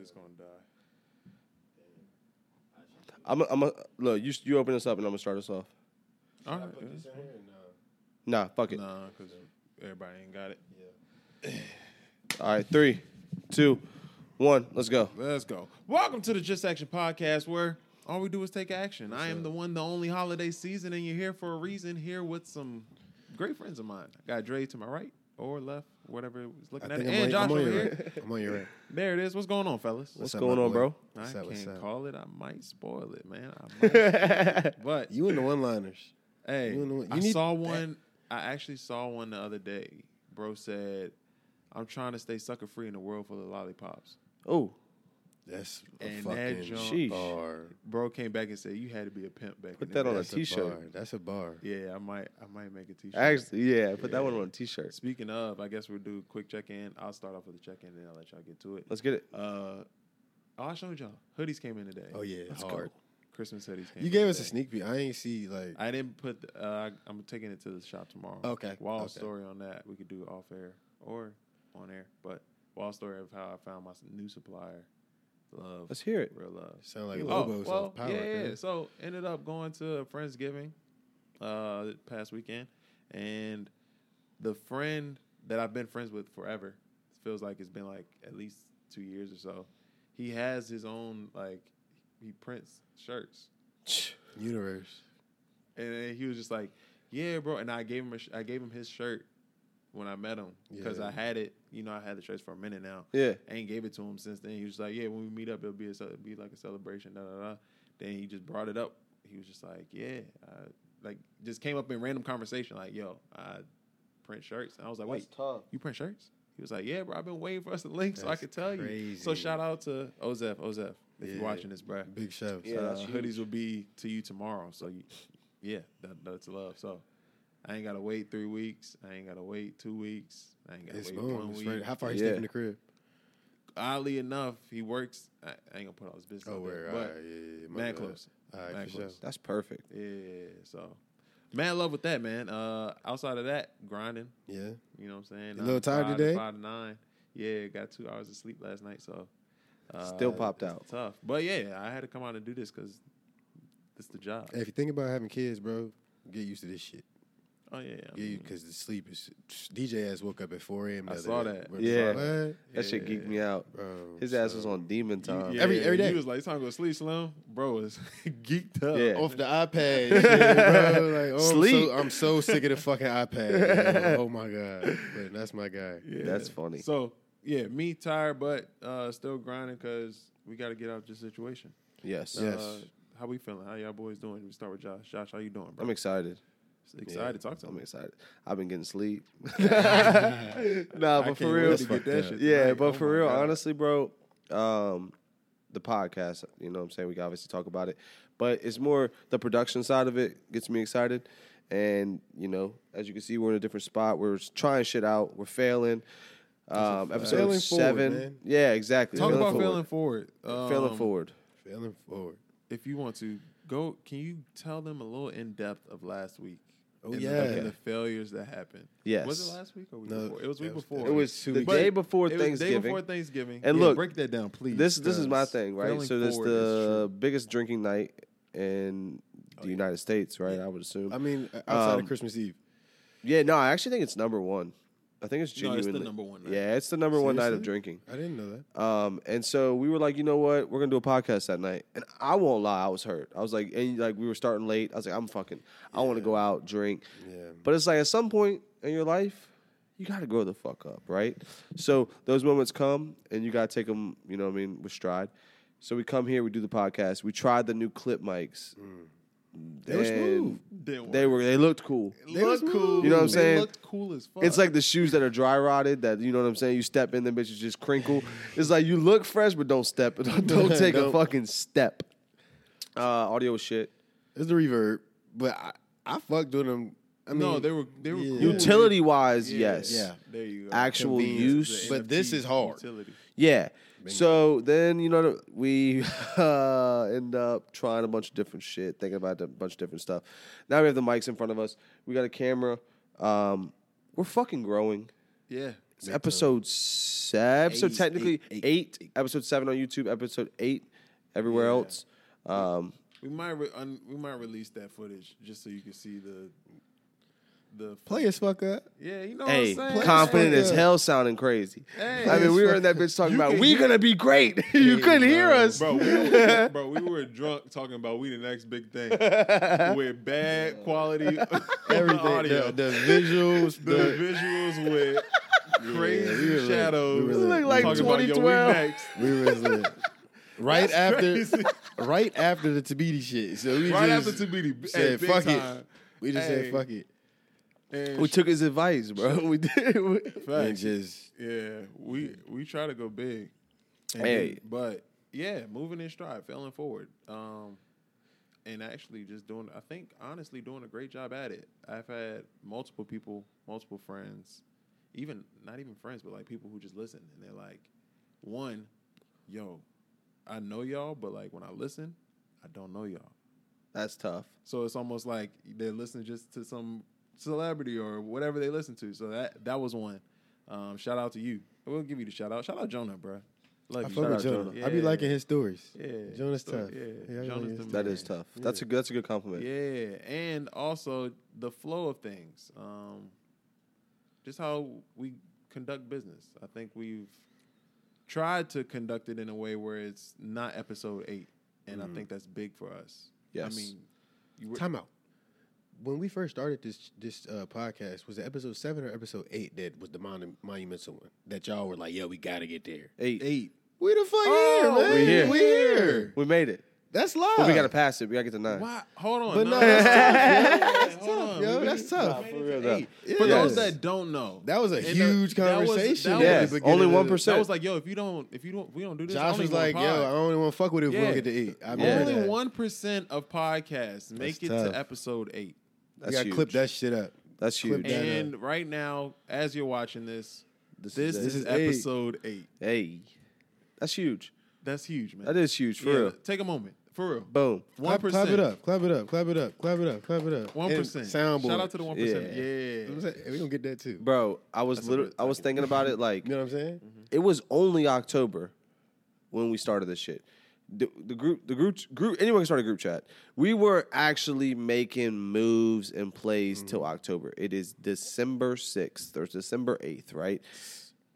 it's gonna die. I'm a, I'm a, look. You you open this up and I'm gonna start us off. All Should I right, put this yeah. in here or no? Nah, fuck it. Nah, because everybody ain't got it. Yeah. All right, three, two, one. Let's go. Let's go. Welcome to the Just Action Podcast, where all we do is take action. I am the one, the only holiday season, and you're here for a reason. Here with some great friends of mine. I got Dre to my right or left, whatever it was looking I at, think and I'm on, Josh I'm on over your here. right. I'm on your right. There it is. What's going on, fellas? What's up, going my on, boy? bro? I What's up, what's can't up? call it. I might spoil it, man. I might. but You and the one-liners. Hey, You know what? I You need saw that- one. I actually saw one the other day. Bro said, "I'm trying to stay sucker free in the world full of lollipops." oh, That's a And that fucking junk- Sheesh. bar. Bro came back and said, "You had to be a pimp back." Put in that the on day." a That's t-shirt. bar. That's a bar. Yeah, I might. I might make a t-shirt. actually, yeah. Put Yeah. that one on a t-shirt. Speaking of, I guess we'll do a quick check-in. I'll start off with a check-in, and I'll let y'all get to it. Let's get it. Uh, oh, I showed y'all hoodies came in today. Oh yeah, Let's hard. Christmas hoodies. Came You in gave us a today. sneak peek. I ain't see like. I didn't put. the- Uh, I- I'm taking it to the shop tomorrow. Okay, Wild okay. story on that. We could do off air or on air, but wild story of how I found my s- new supplier. Love, Let's hear it. real love. Sound like Oh, Lobos well, off power. yeah, yeah. Yeah, So ended up going to a friendsgiving, uh, this past weekend, and the friend that I've been friends with forever feels like it's been like at least two years or so. He has his own like he prints shirts. Universe. And then he was just like, "Yeah, bro." And I gave him a sh- I gave him his shirt when I met him because Yeah. I had it. You know, I had the shirts for a minute now. Yeah. I ain't gave it to him since then. He was just like, "Yeah, when we meet up, it'll be a, ce- it'll be like a celebration." Da da da. Then he just brought it up. He was just like, "Yeah," uh, like just came up in random conversation, like, "Yo, I print shirts." And I was like, "Wait, tough. you print shirts?" He was like, "Yeah, bro. I've been waiting for us to link so I That's could tell you." So crazy. shout out to Ozef, Ozef, if Yeah. you're watching this, bro Big shout. Yeah, uh, that's huge. hoodies will be to you tomorrow. So, you, yeah, that, that's love. So, I ain't gotta wait three weeks. I ain't gotta wait two weeks. I ain't gotta It's wait boom. one It's week. right. How far he Yeah. stay from the crib? Oddly enough, he works. I, I ain't gonna put all his business. Oh, out where? there, All right, but yeah, yeah, yeah, my mad bad. close. All right, Mad for sure. close. That's perfect. Yeah. So, mad love with that man. Uh, outside of that, grinding. Yeah. You know what I'm saying? You a little Uh, tired five to- today? Five to nine. Yeah, got two hours of sleep last night, so uh, Still popped it's out. Tough, but yeah, I had to come out and do this because it's the job. Hey, if you think about having kids, bro, get used to this shit. Oh yeah, I Get mean- you because the sleep is. DJ ass woke up at 4 a.m. the I other saw day. that. Bro, Yeah. what? That shit Yeah. geeked me out. Bro, His ass was so- on demon You- time. yeah, Every- every day. He was like, "It's time to go to sleep, Slim." Bro was geeked up. Oh, Yeah. off the iPad. shit, bro. Like, oh, Sleep. I'm so, I'm so sick of the fucking iPad. yo. Oh my god, but that's my guy. Yeah. That's funny. So yeah, me tired, but uh, still grinding because we got to get out this situation. Yes. Yeah. Uh, Yes. how we feeling? How y'all boys doing? We start with Josh. Josh, how you doing, bro? I'm excited. excited. Talk to I'm me. excited. I've been getting sleep. nah, but can't for wait real, to get that shit yeah, tonight. but Oh for my real, God. honestly, bro, um, the podcast, you know what I'm saying? We can obviously talk about it, but it's more the production side of it gets me excited. And, you know, as you can see, we're in a different spot. We're trying shit out, we're failing. Um, episode Failing forward, seven. man. yeah, exactly. Talk about forward. failing forward. Um, Failing forward. Feeling forward. If you want to go, can you tell them a little in depth of last week? Oh, and yeah. the, and the failures that happened. Yes. was it last week or week No, before? It was that week was- before. It was Two the weeks. day before It was Thanksgiving. Day before Thanksgiving. And Yeah, look, break that down, please. This this is my because thing, right? failing So that's forward is true. Oh, the biggest drinking night in the yeah. United States, right? I would assume. I mean, outside Um, of Christmas Eve, yeah, no, I actually think it's number one. I think it's No, genuinely it's the number one night. Yeah, it's the number one night of Seriously? drinking. I didn't know that. Um, and so we were like, you know what? We're gonna do a podcast that night. And I won't lie, I was hurt. I was like, and like we were starting late. I was like, I'm fucking. I want to go out drink. Yeah. But it's like at some point in your life, you got to grow the fuck up, right? So those moments come and you got to take them, you know what I mean, with stride. So we come here, we do the podcast. We tried the new clip mics. They were smooth. Didn't Mm. They work. were they looked cool. It looked was cool. You know what I'm They saying? looked cool as fuck. It's like the shoes that are dry rotted that you know what I'm saying. You step in them bitches just crinkle. It's like you look fresh but don't step. Don't take a Don't. fucking step. Uh, audio was shit. It's the reverb, but I, I fucked with them. I mean, no, they were they were Yeah. cool. Utility wise, Yeah, yes. Yeah. There you go. Actual Convenience. use, But this is hard. Utility. Yeah. So then you know we uh, end up trying a bunch of different shit, thinking about a bunch of different stuff. Now we have the mics in front of us. We got a camera. Um, we're fucking growing. Yeah. It's episode seven. So Eight, technically eight, eight, Episode seven on YouTube. Episode eight everywhere Yeah. else. Um, We might re- un- we might release that footage just so you can see the the Play as fuck up. Yeah, you know hey, what I'm saying. confident Play as it. hell, sounding crazy. Hey, I mean, we were in that bitch talking about we gonna be great. you couldn't hear us. Bro, we were, bro, we were drunk talking about we the next big thing with bad quality Everything. audio, The, the visuals. the, the, visuals with we crazy were lit. shadows. We were It looked like talking about, yo, we 2012. next. we was lit. Right That's after, crazy. right after the Tabiti shit. So we Right just after Tabiti, hey, said big fuck time. it. We just Hey. said fuck it And We took his advice, bro. We did. We- and facts. just Yeah, we we try to go big. And Hey. but yeah, moving in stride, failing forward, um, and actually just doing. I think honestly, doing a great job at it. I've had multiple people, multiple friends, even not even friends, but like people who just listen and they're like, one, yo, I know y'all, but like when I listen, I don't know y'all. That's tough. So it's almost like they're listening just to some celebrity or whatever they listen to. So that that was one. Um, shout out to you. We'll give you the shout out. Shout out Jonah, bro. Love I you. fuck Shout with out Jonah. I be liking his stories. Yeah. Jonah's So, tough. yeah, I be Jonah's liking his the stuff. That Man. is tough. That's a good. That's a good compliment. Yeah, and also the flow of things. Um, just how we conduct business. I think we've tried to conduct it in a way where it's not episode eight, and Mm-hmm. I think that's big for us. Yes. I mean, you were, Time out. When we first started this this uh, podcast, was it episode seven or episode eight that was the mon- monumental one that y'all were like, "Yo, we gotta get there." Eight. eight. We the fuck Oh, here, man. we here. We here. We made it. That's live. But we gotta pass it. We gotta get to nine. Why? Hold on. But no, that's that's tough, tough. Hold on. yo. We- That's tough. Nah, for real, though. Hey, For yeah. those Yes. that don't know, That was a and the- huge that was- conversation. that Yeah, at the was- beginning only of one the- percent. That was like, yo, if you don't, if you don't, we don't do this. I Josh don't was even wanna like, "Yo, I pod." don't even want to fuck with it. if We Yeah. don't get to eat. I Yeah. remember only that. one percent of podcasts make it tough. to episode eight. We That's gotta huge. clip that shit up. That's clip huge. that. Yeah. And right now, as you're watching this, this, is, is it. This is eight. episode eight. Hey, that's huge. That's huge, man. That is huge for Yeah, real. Take a moment, for real. Boom. One Clap, clap percent. it up. Clap it up. Clap it up. Clap it up. Clap it up. One And percent. Soundboard. Shout out to the one percent. Yeah. You know Yeah. what I'm saying? We gonna get that too. Bro, I was That's a literally, good I was thinking about it like You know what I'm saying? Mm-hmm. it was only October when we started this shit. The, the group, the group, group, anyone can start a group chat. We were actually making moves and plays till October. It is December sixth or December eighth, right?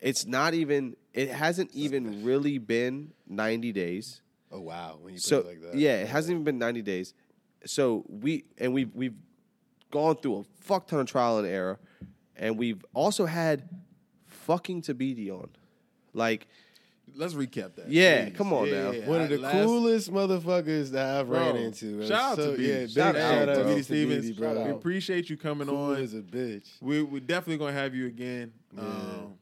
It's not even. It hasn't even really been ninety days. Oh wow, when you so put it like that. yeah, it hasn't even been ninety days. So we and we we've gone through a fuck ton of trial and error, and we've also had fucking Tabidi on, like Let's recap that. Yeah, please. come on now. One of I- the last- coolest motherfuckers that I've ran Bro, into. Shout out So- to B. yeah, big Shout out, to bro. B. to Stevens. BD, bro. We appreciate you coming Cool on. as a bitch. We, we're definitely gonna have you again. Um,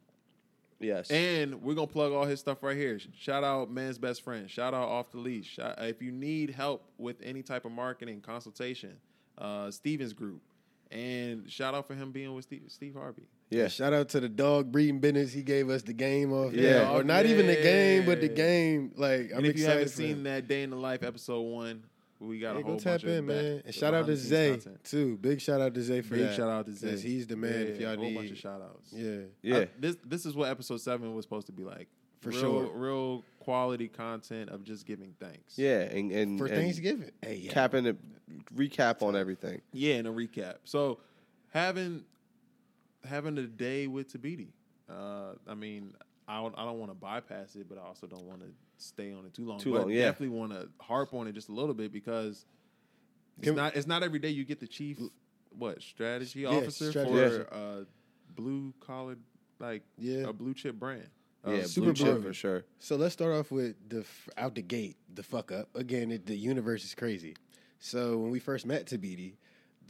yes, and we're gonna plug all his stuff right here. Shout out man's best friend. Shout out off the leash. Shout, if you need help with any type of marketing consultation, uh, Stevens Group. And shout out for him being with Steve, Steve Harvey. yeah, Shout out to the dog breeding business. He gave us the game off. Yeah. Or not even the game, but the Yeah. game. Like I'm and if excited you haven't for seen him. that day in the life episode one, we got Yeah, a whole go bunch tap of in, back- man. And shout out to behind-the-scenes Zay content. too. Big shout out to Zay for Big that. shout out to Zay. 'Cause He's the man. if Yeah, y'all a whole need, bunch of shout outs. yeah. yeah. I- this this is what episode seven was supposed to be like. For real, sure. real quality content of just giving thanks. yeah, and Mm, and, For and Thanksgiving. Hey, yeah. capping it, recap on everything. yeah, and a recap. So having having a day with Tabiti. Uh, I mean, I don't, I don't want to bypass it, but I also don't want to stay on it too long. Too but long, yeah. Definitely want to harp on it just a little bit because it's Can- not it's not every day you get the chief what strategy officer strategy for officer. uh, blue collar like Yeah. a blue chip brand. Uh, Yeah, super blue chip brilliant. for sure. So let's start off with the f- out the gate, the fuck up. Again, it, the universe is crazy. So when we first met Tabidi,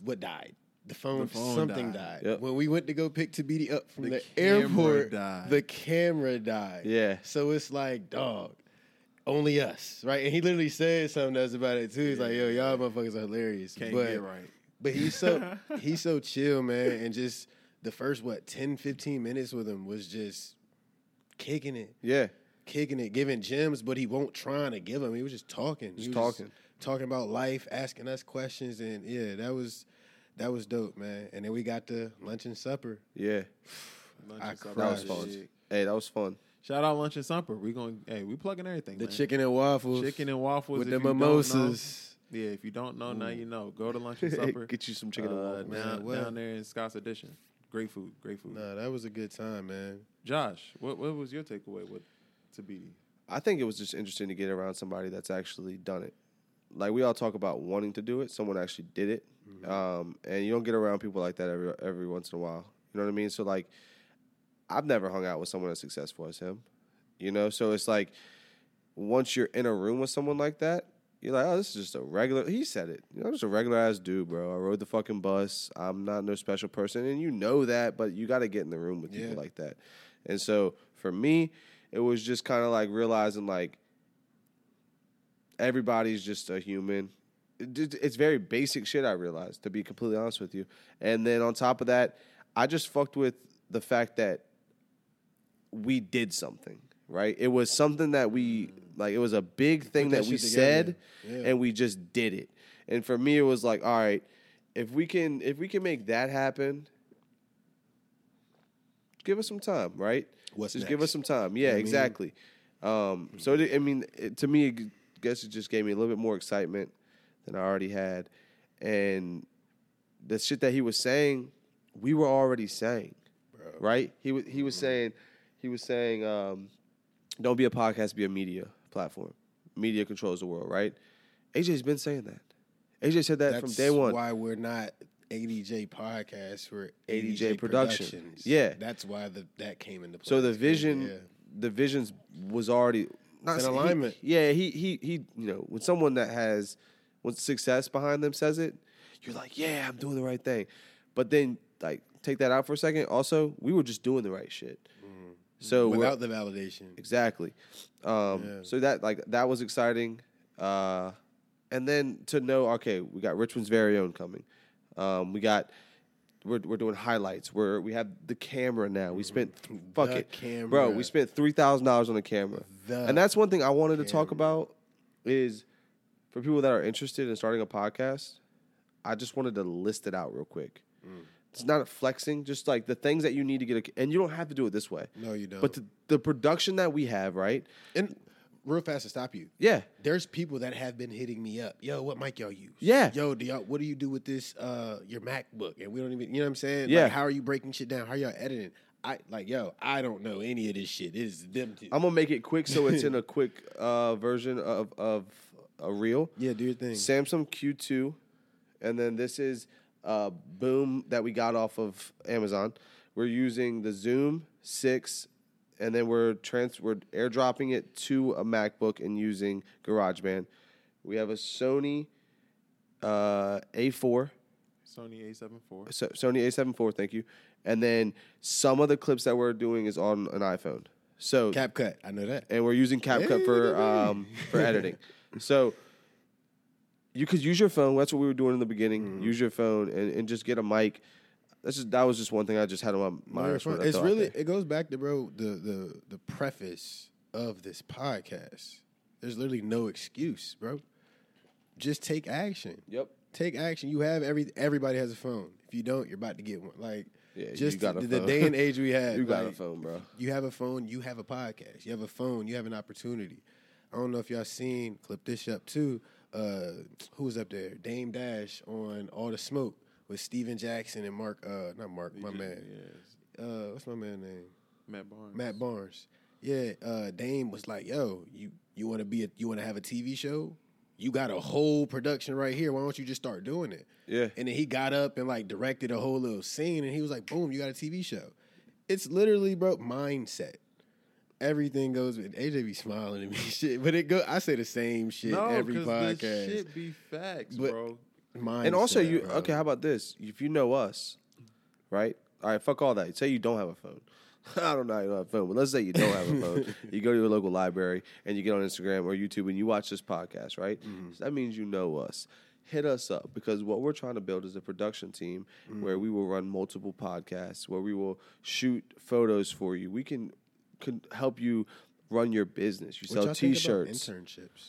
what died? The phone, The phone something died. died. Yep. When we went to go pick Tabidi up from The the, camera airport, died. the camera died. Yeah. So it's like, dog, only us, right? And he literally said something to us about it too. He's like, yo, y'all motherfuckers are hilarious. Can't but get right. but he's so he's so chill, man. And just the first what 10, 15 minutes with him was just kicking it, Yeah, kicking it, giving gems, but he won't trying to give them. He was just talking. He Just was talking. talking about life, asking us questions, and yeah, that was that was dope, man. And then we got to lunch and supper. yeah. Lunch I and supper. That was Right. fun. Hey, that was fun. Shout out lunch and supper. We going hey, we plugging everything. The man. chicken and waffles. chicken and waffles with if the you don't know- mimosas. yeah, if you don't know, now you know. Go to lunch and supper. Get you some chicken Uh, and waffles. man, down, what? down there in Scott's Edition. Great food, great food. Nah, that was a good time, man. Josh, what what was your takeaway with Tabidi? I think it was just interesting to get around somebody that's actually done it. Like we all talk about wanting to do it, someone actually did it, um, and you don't get around people like that every every once in a while. You know what I mean? So like, I've never hung out with someone as successful as him. You know, so it's like once you're in a room with someone like that, you're like, oh, this is just a regular. He said it. You know, I'm just a regular ass dude, bro. I rode the fucking bus. I'm not no special person, and you know that. But you got to get in the room with people Yeah. like that. And so for me, it was just kind of like realizing like everybody's just a human. It- it- It's very basic shit. I realized to be completely honest with you. And then on top of that, I just fucked with the fact that we did something, right? It was something that we like it was a big thing that, that we shit together. said Yeah. and we just did it. And for me it was like, all right, if we can if we can make that happen, give us some time, right? What's just give us next? some time. Yeah, what I mean? exactly. Um so it, I mean it, to me it g- guess it just gave me a little bit more excitement than I already had and the shit that he was saying, we were already saying, right? He was he was saying, he was saying, um, don't be a podcast, be a media platform. Media controls the world, right? AJ's been saying that. AJ said that from day one. Why we're not ADJ podcast? We're ADJ, 80J Productions. productions. Yeah. that's why the, that came into play. So the vision, Yeah. the visions was already not It's in he- alignment. yeah, he he he. You know, when someone that has when success behind them says it, you're like, yeah, I'm doing the right thing. But then, like, take that out for a second. Also, we were just doing the right shit. So we're- without the validation. Exactly. Um, Yeah. So that like that was exciting, uh, and then to know okay, we got Richmond's very own coming. Um, we got we're we're doing highlights. We're we have the camera now. We spent fuck The it, bro. We camera. spent three thousand dollars on a camera, The and that's one thing I wanted to talk about is for people that are interested in starting a podcast. I just wanted to list it out real quick. Mm. It's not a flexing, just like the things that you need to get, a, and you don't have to do it this way. No, you don't. But the, the production that we have, right? and real fast to stop you. Yeah. There's people that have been hitting me up. Yo, what mic y'all use? Yeah. Yo, do y'all what do you do with this uh your MacBook? And we don't even you know what I'm saying? Like, Yeah. how are you breaking shit down? How y'all editing? I like yo, I don't know any of this shit. It is them two. I'm gonna make it quick so it's in a quick uh, version of of a reel. yeah, do your thing. Samsung Q2, and then this is a boom that we got off of Amazon. We're using the Zoom six, and then we're trans we're airdropping it to a MacBook and using GarageBand. We have a Sony uh, A4. Sony A seven four. so, Sony A7 IV, thank you. And then some of the clips that we're doing is on an iPhone. So Cap cut. I know that. and we're using CapCut for um, for editing. So you could use your phone. That's what we were doing in the beginning. Mm-hmm. Use your phone and, and just get a mic. That's just that was just one thing I just had on my No, mind. it's fine. It's really it goes back to bro the the the preface of this podcast. There's literally no excuse, bro. Just take action. Yep. Take action. You have every everybody has a phone. If you don't, you're about to get one. Like Yeah, you just got a the, the phone. day and age we have. You got like, a phone, bro. You have a phone. You have a podcast. You have a phone. You have an opportunity. I don't know if y'all seen clip this up too. Uh, who was up there? Dame Dash on All the Smoke with Steven Jackson and Mark. Uh, not Mark, my man Yes. uh, what's my man's name? Matt Barnes. Matt Barnes. Yeah, uh, Dame was like, "Yo, you you want to be a, you want to have a TV show? You got a whole production right here. Why don't you just start doing it?" Yeah. And then he got up and like directed a whole little scene, and he was like, "Boom, you got a TV show." It's literally bro mindset. Everything goes with AJ be smiling at me shit, but it go. I say the same shit no, every 'cause this podcast. shit be facts, But- bro. Mindset, And also you bro. okay, how about this? If you know us, right? All right, fuck all that. Say you don't have a phone. I don't know how you don't have a phone, but let's say you don't have a phone. you go to your local library and you get on Instagram or YouTube and you watch this podcast, right? Mm-hmm. So that means you know us. Hit us up because what we're trying to build is a production team Mm-hmm. where we will run multiple podcasts, where we will shoot photos for you. We can, can help you run your business. You What sell y'all think about t shirts. internships.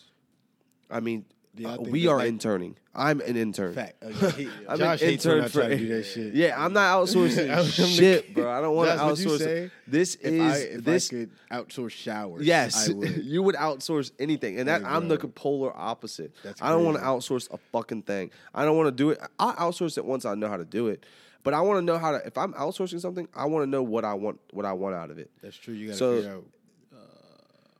I mean, Yeah, I Uh, think we that- are like- interning. I'm an intern. Fact. Oh, yeah, he- I'm Josh an hates when intern I for try to do that shit. Yeah, I'm not outsourcing I'm the shit, kid. bro. I don't want to Josh, would you outsource. say this if is I, if this I could outsource showers. Yes, I would. you would outsource anything, and that Like, I'm the bro. polar opposite. That's I don't want to crazy. outsource a fucking thing. I don't want to do it. I will outsource it once I know how to do it, but I want to know how to. If I'm outsourcing something, I want to know what I want, what I want out of it. That's true. You gotta So- figure out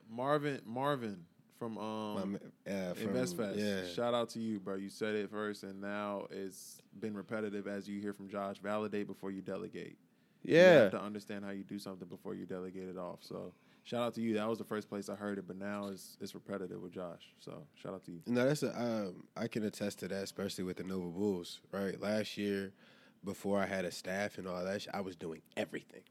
Marvin, Marvin from um, um, uh, from, InvestFest. Yeah. Shout out to you, bro. You said it first, and now it's been repetitive as you hear from Josh. Validate before you delegate. You Yeah, have to understand how you do something before you delegate it off. So shout out to you. That was the first place I heard it, but now it's it's repetitive with Josh. So shout out to you. No, that's a, um, I can attest to that, especially with the Nova Bulls. Right, last year, before I had a staff and all that, sh- I was doing everything,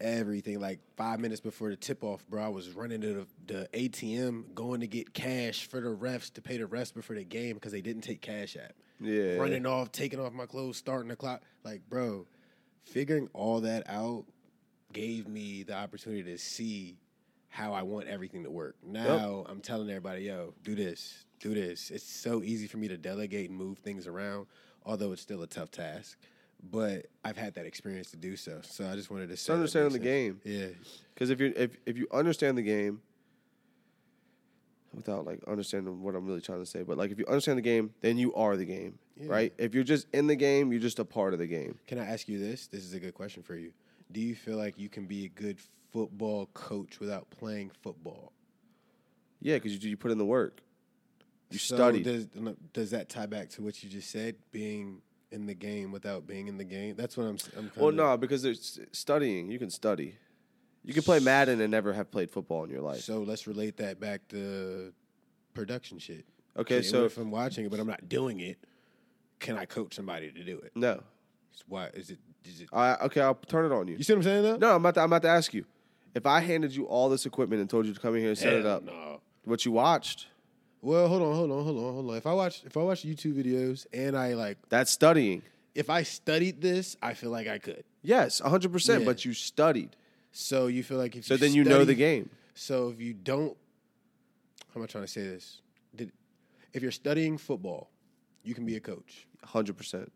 everything. Like five minutes before the tip off, bro, I was running to the, the ATM, going to get cash for the refs to pay the refs before the game because they didn't take cash app. yeah. Running off, taking off my clothes, starting the clock. Like, bro, figuring all that out gave me the opportunity to see how I want everything to work. Now I'm telling everybody, yo, do this, do this. It's so easy for me to delegate and move things around, although it's still a tough task. But I've had that experience to do so. So I just wanted to say that understanding makes the sense. game. Yeah. Because if you if if you understand the game, without like understanding what I'm really trying to say, but like if you understand the game, then you are the game, right? If you're just in the game, you're just a part of the game. Can I ask you this? This is a good question for you. Do you feel like you can be a good football coach without playing football? Yeah, because you you put in the work, you So study. Does, no, does that tie back to what you just said, being in the game without being in the game? That's what I'm. s- I'm Well, kinda- no, because there's studying. You can study. You can play Madden and never have played football in your life. So let's relate that back to production shit. Okay, Even so- if I'm watching it, but I'm not doing it, can I coach somebody to do it? No. It's Why is it? Is it? I okay. I'll turn it on you. You see what I'm saying though? No, I'm about to. I'm about to ask you. If I handed you all this equipment and told you to come in here and set it Hell up, No. what you watched, Well, hold on, hold on, hold on, hold on. If I watch, if I watch YouTube videos and I like, that's studying. if I studied this, I feel like I could. Yes, 100. percent Yeah. But you studied, So you feel like if so then you know the study- game. So if you don't, how am I trying to say this? Did, if you're studying football, you can be a coach. 100. percent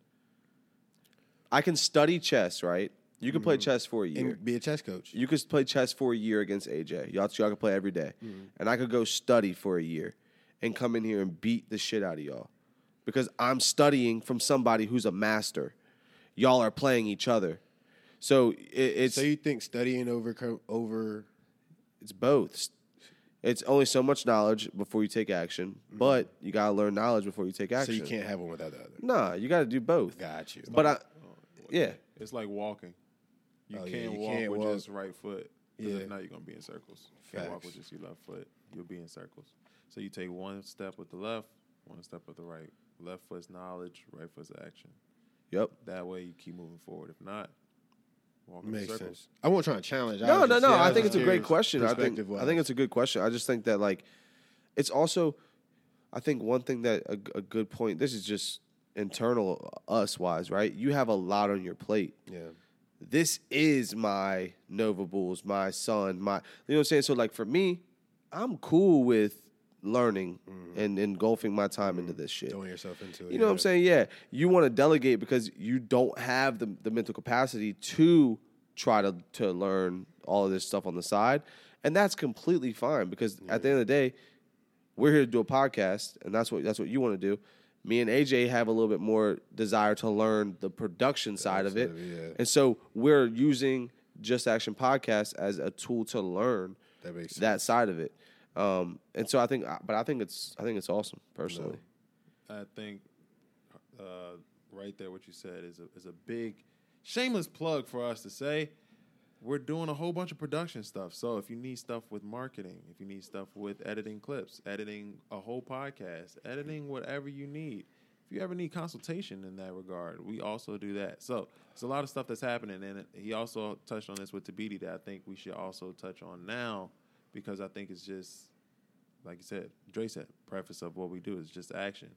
I can study chess, right? You can play chess for a year. Mm-hmm. and be a chess coach. you could play chess for a year against AJ. Y'all, y'all could play every day. Mm-hmm. and I could go study for a year and come in here and beat the shit out of y'all because I'm studying from somebody who's a master. Y'all are playing each other, so it, it's So you think studying over co- over? it's both. It's only so much knowledge before you take action, but you gotta learn knowledge before you take Mm-hmm. So action. you can't have one without the other. Nah, you gotta do both. Got you. But I, yeah, It's like walking. You Oh, yeah, can't you walk can't with walk. just right foot. 'cause Yeah. If not, you're gonna be in circles. You can't walk with Facts. just your left foot. You'll be in circles. So you take one step with the left, one step with the right. Left foot's knowledge, right foot's action. yep. That way you keep moving forward. If not, walk in makes circles. sense. I won't try to challenge. I No, was no, just- no. yeah, I was think just it's a great curious, question. I think I perspective-wise. think it's a good question. I just think that like it's also I think one thing that a, a good point. This is just internal uh, us wise, right? You have a lot on your plate. yeah. This is my Nova Bulls, my son, my you know what I'm saying. So like for me, I'm cool with learning Mm-hmm. and engulfing my time into this shit. Throwing yourself into it. You know what I'm saying? Yeah. You want to delegate because you don't have the, the mental capacity to try to, to learn all of this stuff on the side. And that's completely fine because at the end of the day, we're here to do a podcast and that's what that's what you want to do. Me and AJ have a little bit more desire to learn the production side of it. Absolutely, yeah. And so we're using Just Action Podcast as a tool to learn That makes sense. that side of it. Um, and so I think but I think it's I think it's awesome personally. I think uh, right there, what you said is a, is a big shameless plug for us to say. We're doing a whole bunch of production stuff. So if you need stuff with marketing, if you need stuff with editing clips, editing a whole podcast, editing whatever you need. If you ever need consultation in that regard, we also do that. So it's a lot of stuff that's happening, and he also touched on this with Tabidi that I think we should also touch on now because I think it's just like you said, Dre said, preface of what we do is just action.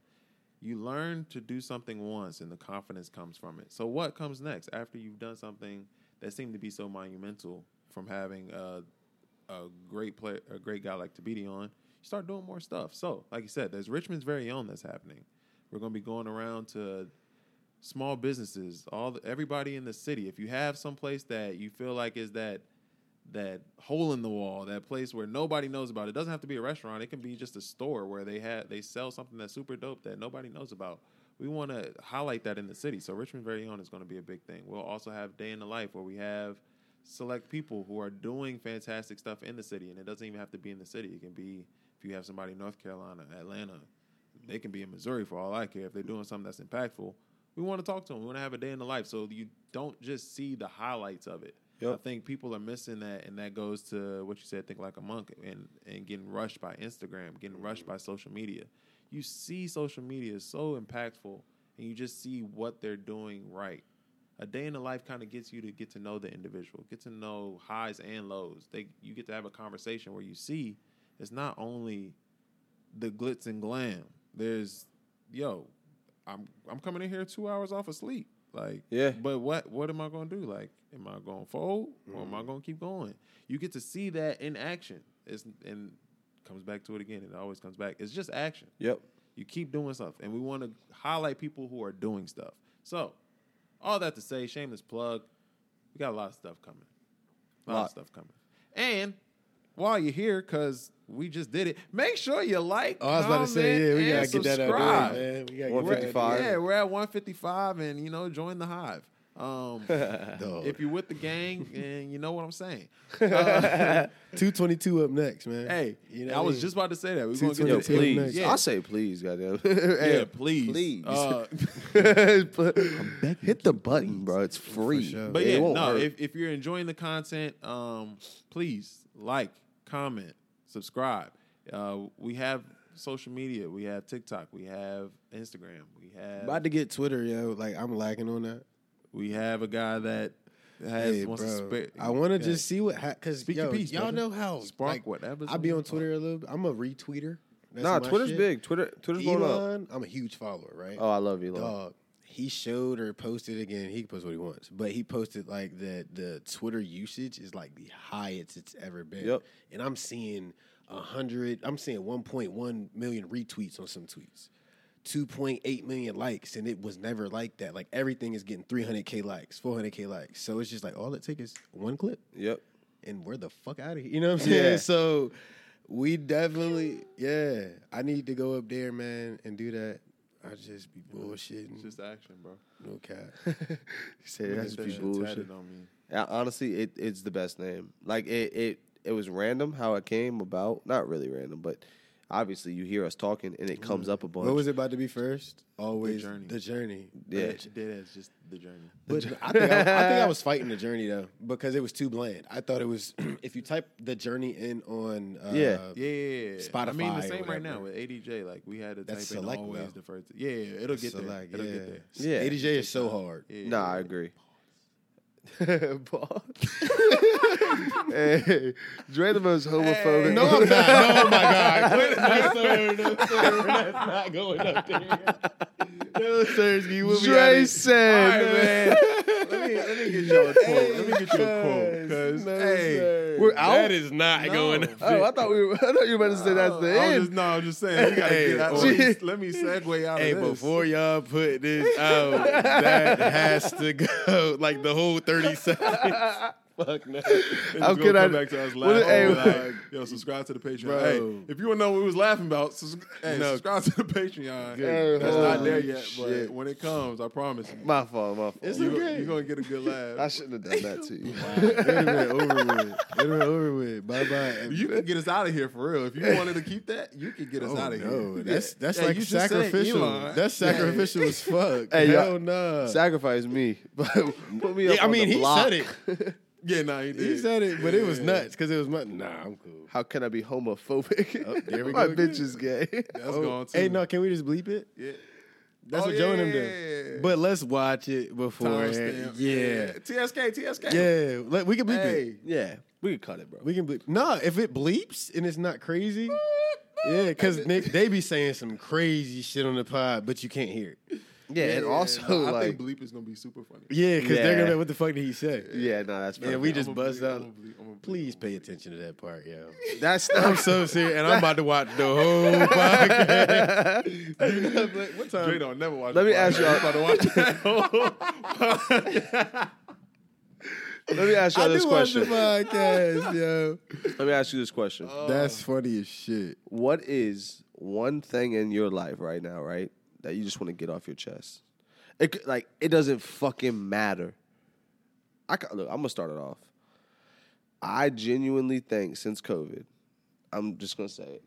You learn to do something once and the confidence comes from it. So, what comes next after you've done something that seemed to be so monumental from having a, a great player, a great guy like Tabidi on? start doing more stuff. So, like you said, there's Richmond's very own that's happening. We're going to be going around to small businesses, all the, everybody in the city. If you have some place that you feel like is that that hole in the wall, that place where nobody knows about. It doesn't have to be a restaurant. It can be just a store where they have they sell something that's super dope that nobody knows about. We want to highlight that in the city. So Richmond Very Own is going to be a big thing. We'll also have Day in the Life where we have select people who are doing fantastic stuff in the city, and it doesn't even have to be in the city. It can be if you have somebody in North Carolina, Atlanta, they can be in Missouri for all I care. If they're doing something that's impactful, we want to talk to them. We want to have a day in the life, so you don't just see the highlights of it. Yep. I think people are missing that, and that goes to what you said. Think like a monk, and and getting rushed by Instagram, getting rushed by social media. You see, social media is so impactful, and you just see what they're doing right. A day in the life kind of gets you to get to know the individual, get to know highs and lows. They you get to have a conversation where you see it's not only the glitz and glam. There's yo, I'm I'm coming in here two hours off of sleep. Like Yeah. but what what am I gonna do? Like, am I gonna fold or am I gonna keep going? You get to see that in action. It's and comes back to it again. It always comes back. It's just action. Yep. You keep doing stuff, and we want to highlight people who are doing stuff. So, all that to say, shameless plug. We got a lot of stuff coming. A lot, Lot. of stuff coming. And while you're here, because we just did it, make sure you like. Oh, I was about to say, comment, yeah, we gotta and get that out subscribe. of there, man. We gotta get 155. Yeah, we're at 155, and you know, join the hive. Um, that out there. if you're with the gang, and you know what I'm saying. Uh, Two twenty two up next, man. Hey, you know, I what was mean? just about to say that. We're gonna get Yo, to the end. please. Yeah, I say please, goddamn. yeah, Hey, please, Please. Uh, Hit the button, bro. It's free. sure. But It yeah, won't no. hurt. If, if you're enjoying the content, um, please like, comment, subscribe. Uh, we have social media. We have TikTok. We have Instagram. We have about to get Twitter, yo. Like I'm lacking on that. we have a guy that has Hey, wants bro, to spit. I want to just see what because Speak your yo, piece, y'all brother. know how Spark like, whatever's I be on on your Twitter a little. bit. I'm a retweeter. That's nah, my Twitter's shit. big. Twitter, Twitter's going up. Elon, I'm a huge follower, right? Oh, I love Elon. Dog, he showed or posted again. He can post what he wants, but he posted like that the Twitter usage is like the highest it's ever been. Yep. And I'm seeing a hundred. I'm seeing 1.1 million retweets on some tweets, 2.8 million likes, and it was never like that. Like everything is getting 300k likes, 400k likes. So it's just like all it takes is one clip Yep. and we're the fuck out of here. You know what I'm saying? Yeah. So we definitely, yeah. I need to go up there, man, and do that. I just be bullshitting. It's just action, bro. no cap. Say that's That be shit bullshit. tatted on me. Uh, Honestly, it, it's the best name. Like it, it it was random how it came about. Not really random, but obviously you hear us talking and it comes up a bunch. What was it about to be first? Always the journey. journey. Yeah. That you did as just the journey. But I think I, I think I was fighting the journey though because it was too bland. I thought it was if you type the journey in on uh, Yeah. Yeah, yeah, yeah. I mean, Spotify or the same right now whatever. with ADJ. Like we had to That's type in select, always though. the first. Yeah, yeah, it'll get there. select, it'll yeah. get there. Yeah. ADJ is so hard. Yeah. Nah, I agree. Boss. hey, Dre the most homophobic. No, I'm not. No, oh my God. Wait, no, sir. No, sir. That's not going up there. No, sir. You will be out of Dre here. All said, right, man. let me let me get you a quote. Let me get you a quote. Cause No, hey, sir. We're out? That is not going up. Oh, I thought we were. I thought you were about to say that's the Uh, I was end. just, no, I'm just saying. We gotta Hey, get out. or- Let me, let me segue out Hey, of this. before y'all put this out, that has to go. Like the whole 30 seconds. Fuck no. How How could could I- come back to us what- laughing? hey, like, yo, subscribe to the Patreon. Bro. Hey, if you want to know what we was laughing about, sus- hey, No. subscribe to the Patreon. Good That's God. not there yet, Shit. but when it comes, I promise you, My fault. My fault. you, you're gonna get a good I laugh. shouldn't have done that to you. It went over with. It went over with. Bye bye. You can get us out of here for real. If you wanted to keep that, you could get us out of here. Oh, That's that's Yeah, like you just said sacrificial. Elon. That's sacrificial as fuck. Hey, y'all- Hell no. Sacrifice me. Put me up Yeah, I on mean, the he block. said it. Yeah, nah, he did. He said it, but it was nuts because it was my, nah. I'm cool. How can I be homophobic? Oh, there we My go again. bitch is gay. That's gone too. Oh, Hey, no, can we just bleep it? Yeah. That's Oh, what Joe and him yeah. did. But let's watch it before. Timestamp. Yeah, TSK, TSK. yeah. Let- we can bleep it. Hey. yeah, we could cut it, bro. We can bleep. Nah, if it bleeps and it's not crazy. Yeah, because they be saying some crazy shit on the pod, but you can't hear it. Yeah, and also I like think bleep is gonna be super funny. Yeah, because they're Yeah. gonna. What the fuck did he say? yeah, no, that's Man, perfect. we I'm just a buzzed bleep, out. I'm a bleep, I'm a bleep, Please I'm a pay attention to that part, yo. that's I'm not so serious, and I'm about to watch the whole podcast. bleep. what time? Dre don't never watch. Let the me ask podcast. y'all- I'm about to watch that whole- Let me ask y'all I this do watch the question. podcast, yo. Let me ask you this question. That's funny as shit. what is one thing in your life right now, right, that you just want to get off your chest? It could- like it doesn't fucking matter. I ca- look. I'm gonna start it off. I genuinely think since COVID, I'm just gonna say it.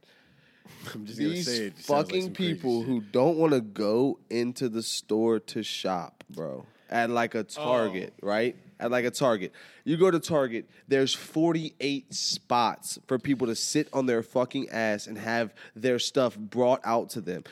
I'm just These gonna say it. it sounds like fucking some crazy people shit. who don't want to go into the store to shop, bro, at like a Target, right? At like a Target. You go to Target, there's 48 spots for people to sit on their fucking ass and have their stuff brought out to them.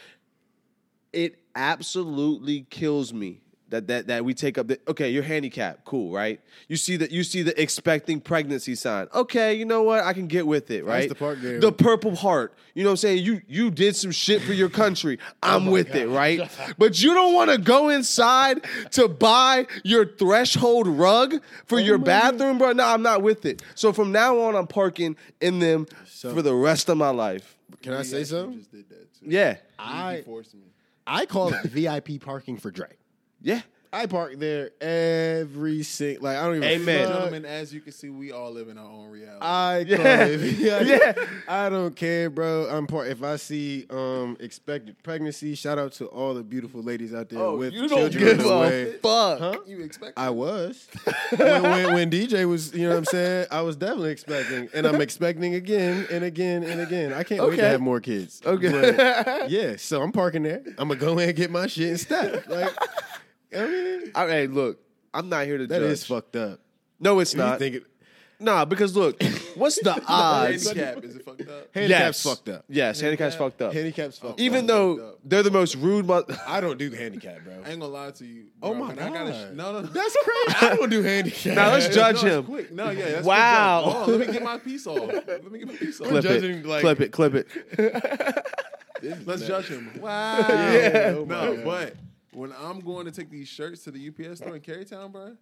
It absolutely kills me. That, that, that we take up the okay you're handicapped cool right you see that you see the expecting pregnancy sign okay you know what I can get with it right the part there. The Purple Heart. You know what I'm saying? You you did some shit for your country. Oh I'm with it, right? But you don't want to go inside to buy your threshold rug Oh for your bathroom, bro. No, I'm not with it. So from now on, I'm parking in them for the rest of my life. Can I We say actually something? Just did that too. Yeah. I I forced me. I call it VIP parking for Drake. Yeah. I park there every single. Like I don't even. Amen. fuck. Gentlemen, as you can see, we all live in our own reality. I call Yeah. it VIP. Yeah. I don't care, bro. I'm part. If I see um expected pregnancy, shout out to all the beautiful ladies out there with children on the way. fuck. you expect? I was when, when, when DJ was, you know what I'm saying. I was definitely expecting, and I'm expecting again and again and again. I can't wait to Okay. have more kids. Okay. But, yeah. So I'm parking there. I'm gonna go in and get my shit and step. Like, I mean, All right, look. I'm not here to that judge. is fucked up. No, it's If you not. think it, nah, because look, what's the odds? Handicap is it fucked up? handicap's fucked up. Yes, handicap's fucked up. Handicap's fucked. up. Even Handicap's fucked though up. they're the most rude. Mo- I don't do handicap, bro. I ain't gonna lie to you. Oh bro, my but I gotta sh- God. no, no, no. That's crazy. I don't do handicap. Now let's judge no, it's him. Quick. No, yeah. That's Wow. Quick judge. Hold on, let me get my piece off. Let me get my piece off. clip it, judging, like- clip it, clip it. Let's judge him. Wow. Yeah. Oh my no, God. but when I'm going to take these shirts to the UPS store in Carytown, bro,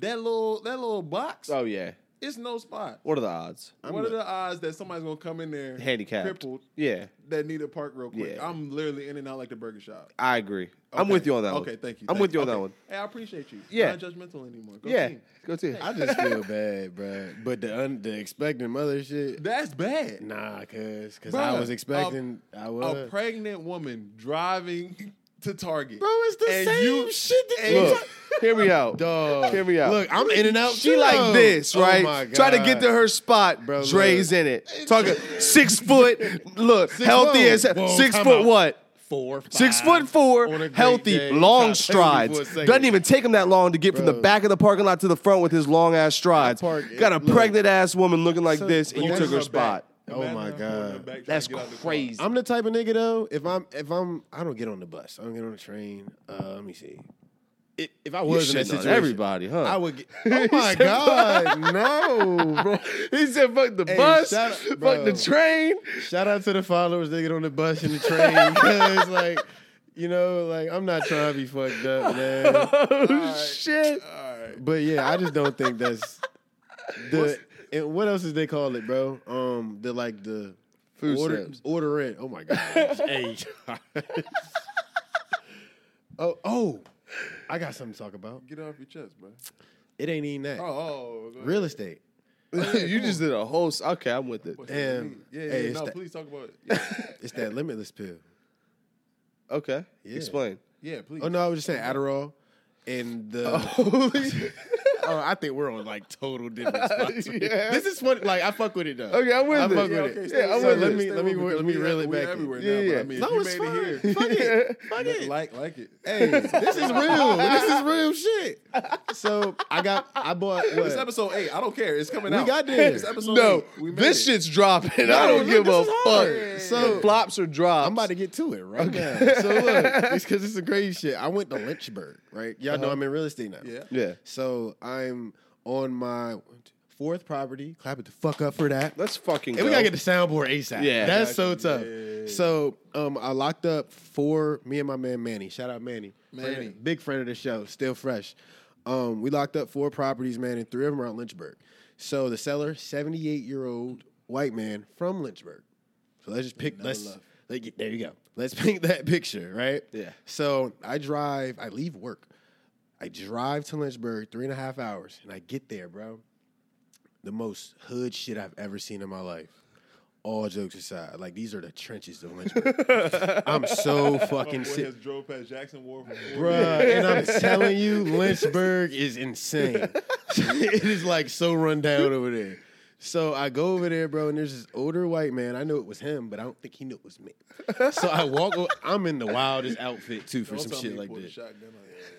that little that little box, Oh yeah. it's no spot. What are the odds? what are the odds that somebody's gonna come in there Handicapped. crippled, Yeah, that need a park real quick? Yeah. I'm literally in and out like the burger shop. I agree. I'm Okay. with you on that one. Okay, thank you. I'm Thank with you on that Okay. one. Hey, I appreciate you. Yeah. Not judgmental anymore. Go yeah, team. go to I just feel bad, bro. But the un- the expecting mother shit, That's bad. nah, cause cause I Bruh, was expecting I a was. pregnant woman driving to Target. Bro, it's the And same you- shit that you Look, hear me out, Dog. Hear me out. Look, I'm in and out. She too, like though. this, Oh right? my Try to get God. to her spot. Bro, look. Dre's in it. Talking six foot. Look, healthy foot. as Whoa, six time foot. out. What? four, five, Six foot four, on a great healthy, day, long top 74 strides. seconds. Doesn't even take him that long to get from the Bro. back of the parking lot to the front with his long ass strides. I park- Got a look. pregnant ass woman looking like So- this, and you But took that's her her spot. Oh my god. That's crazy. I'm the type of nigga though. If I'm if I'm I don't get on the bus. I don't get on the train. Uh, let me see. If, if I was in shitting that on situation, everybody, huh? I would. Get, oh my god, no, bro. He said, "Fuck the Hey, bus, shout out- fuck bro. the train." Shout out to the followers that get on the bus and the train because like. You know, like I'm not trying to be fucked up, man. Oh shit! All right. But yeah, I just don't think that's the. And what else is they call it, bro? Um, the like the Food order stamps. order in. Oh my god. Hey. oh oh, I got something to talk about. Get it off your chest, bro. It ain't even that. Oh, oh go ahead. Real estate. you just did a whole. s- Okay, I'm with it. What's Damn. that mean? Yeah, yeah, Hey, yeah, it's no, that- please talk about it. Yeah, It's that limitless pill. Okay, Yeah. explain. yeah please. Oh no, I was just saying Adderall and the. Oh, I think we're on like total different spots. Yeah. This is funny. Like I fuck with it though. Okay, I'm with I it. fuck Yeah, with okay, it. stay Yeah, I'm with so it. with let it. me Stay let me with work, because let me we ev- reel it we back. in. everywhere Yeah, now, yeah. but I mean, No, if you it's made fine. it here. Fuck it. Fuck it. Like, like it. this is real. This is real shit. So I got, I bought It's what? episode eight. I don't care. It's coming We out. got there. It's episode No, eight. We made this it. shit's dropping. I No, don't look, give a this is fuck. hard. So- So flops or drops. I'm about to get to it right now. So look, it's because it's a great shit. I went to Lynchburg, right? Y'all know I'm in real estate now. Uh-huh. Yeah. Yeah, So I'm on my fourth property. Clap it the fuck up for that. let's fucking. And we go. gotta get the soundboard ASAP. Yeah. That's so tough. So um, I locked up four. Me and my man Manny. Shout out Manny. Friend- Manny. big friend of the show, still fresh. Um, we locked up four properties, man, and three of them are out in Lynchburg. So the seller, seventy-eight year old white man from Lynchburg. So let's just pick. Never Let's left. let you- there you go. Let's paint that picture, right? Yeah. So I drive. I leave work. I drive to Lynchburg three and a half hours, and I get there, bro. The most hood shit I've ever seen in my life. All jokes aside, like these are the trenches of Lynchburg. I'm so fucking sick. drove past Jackson Ward Bruh, and I'm telling you, Lynchburg is insane. it is like so run down over there. So I go over there, bro, and there's this older white man. I know it was him, but I don't think he knew it was me. So I walk. Over, I'm in the wildest outfit too for some shit like this.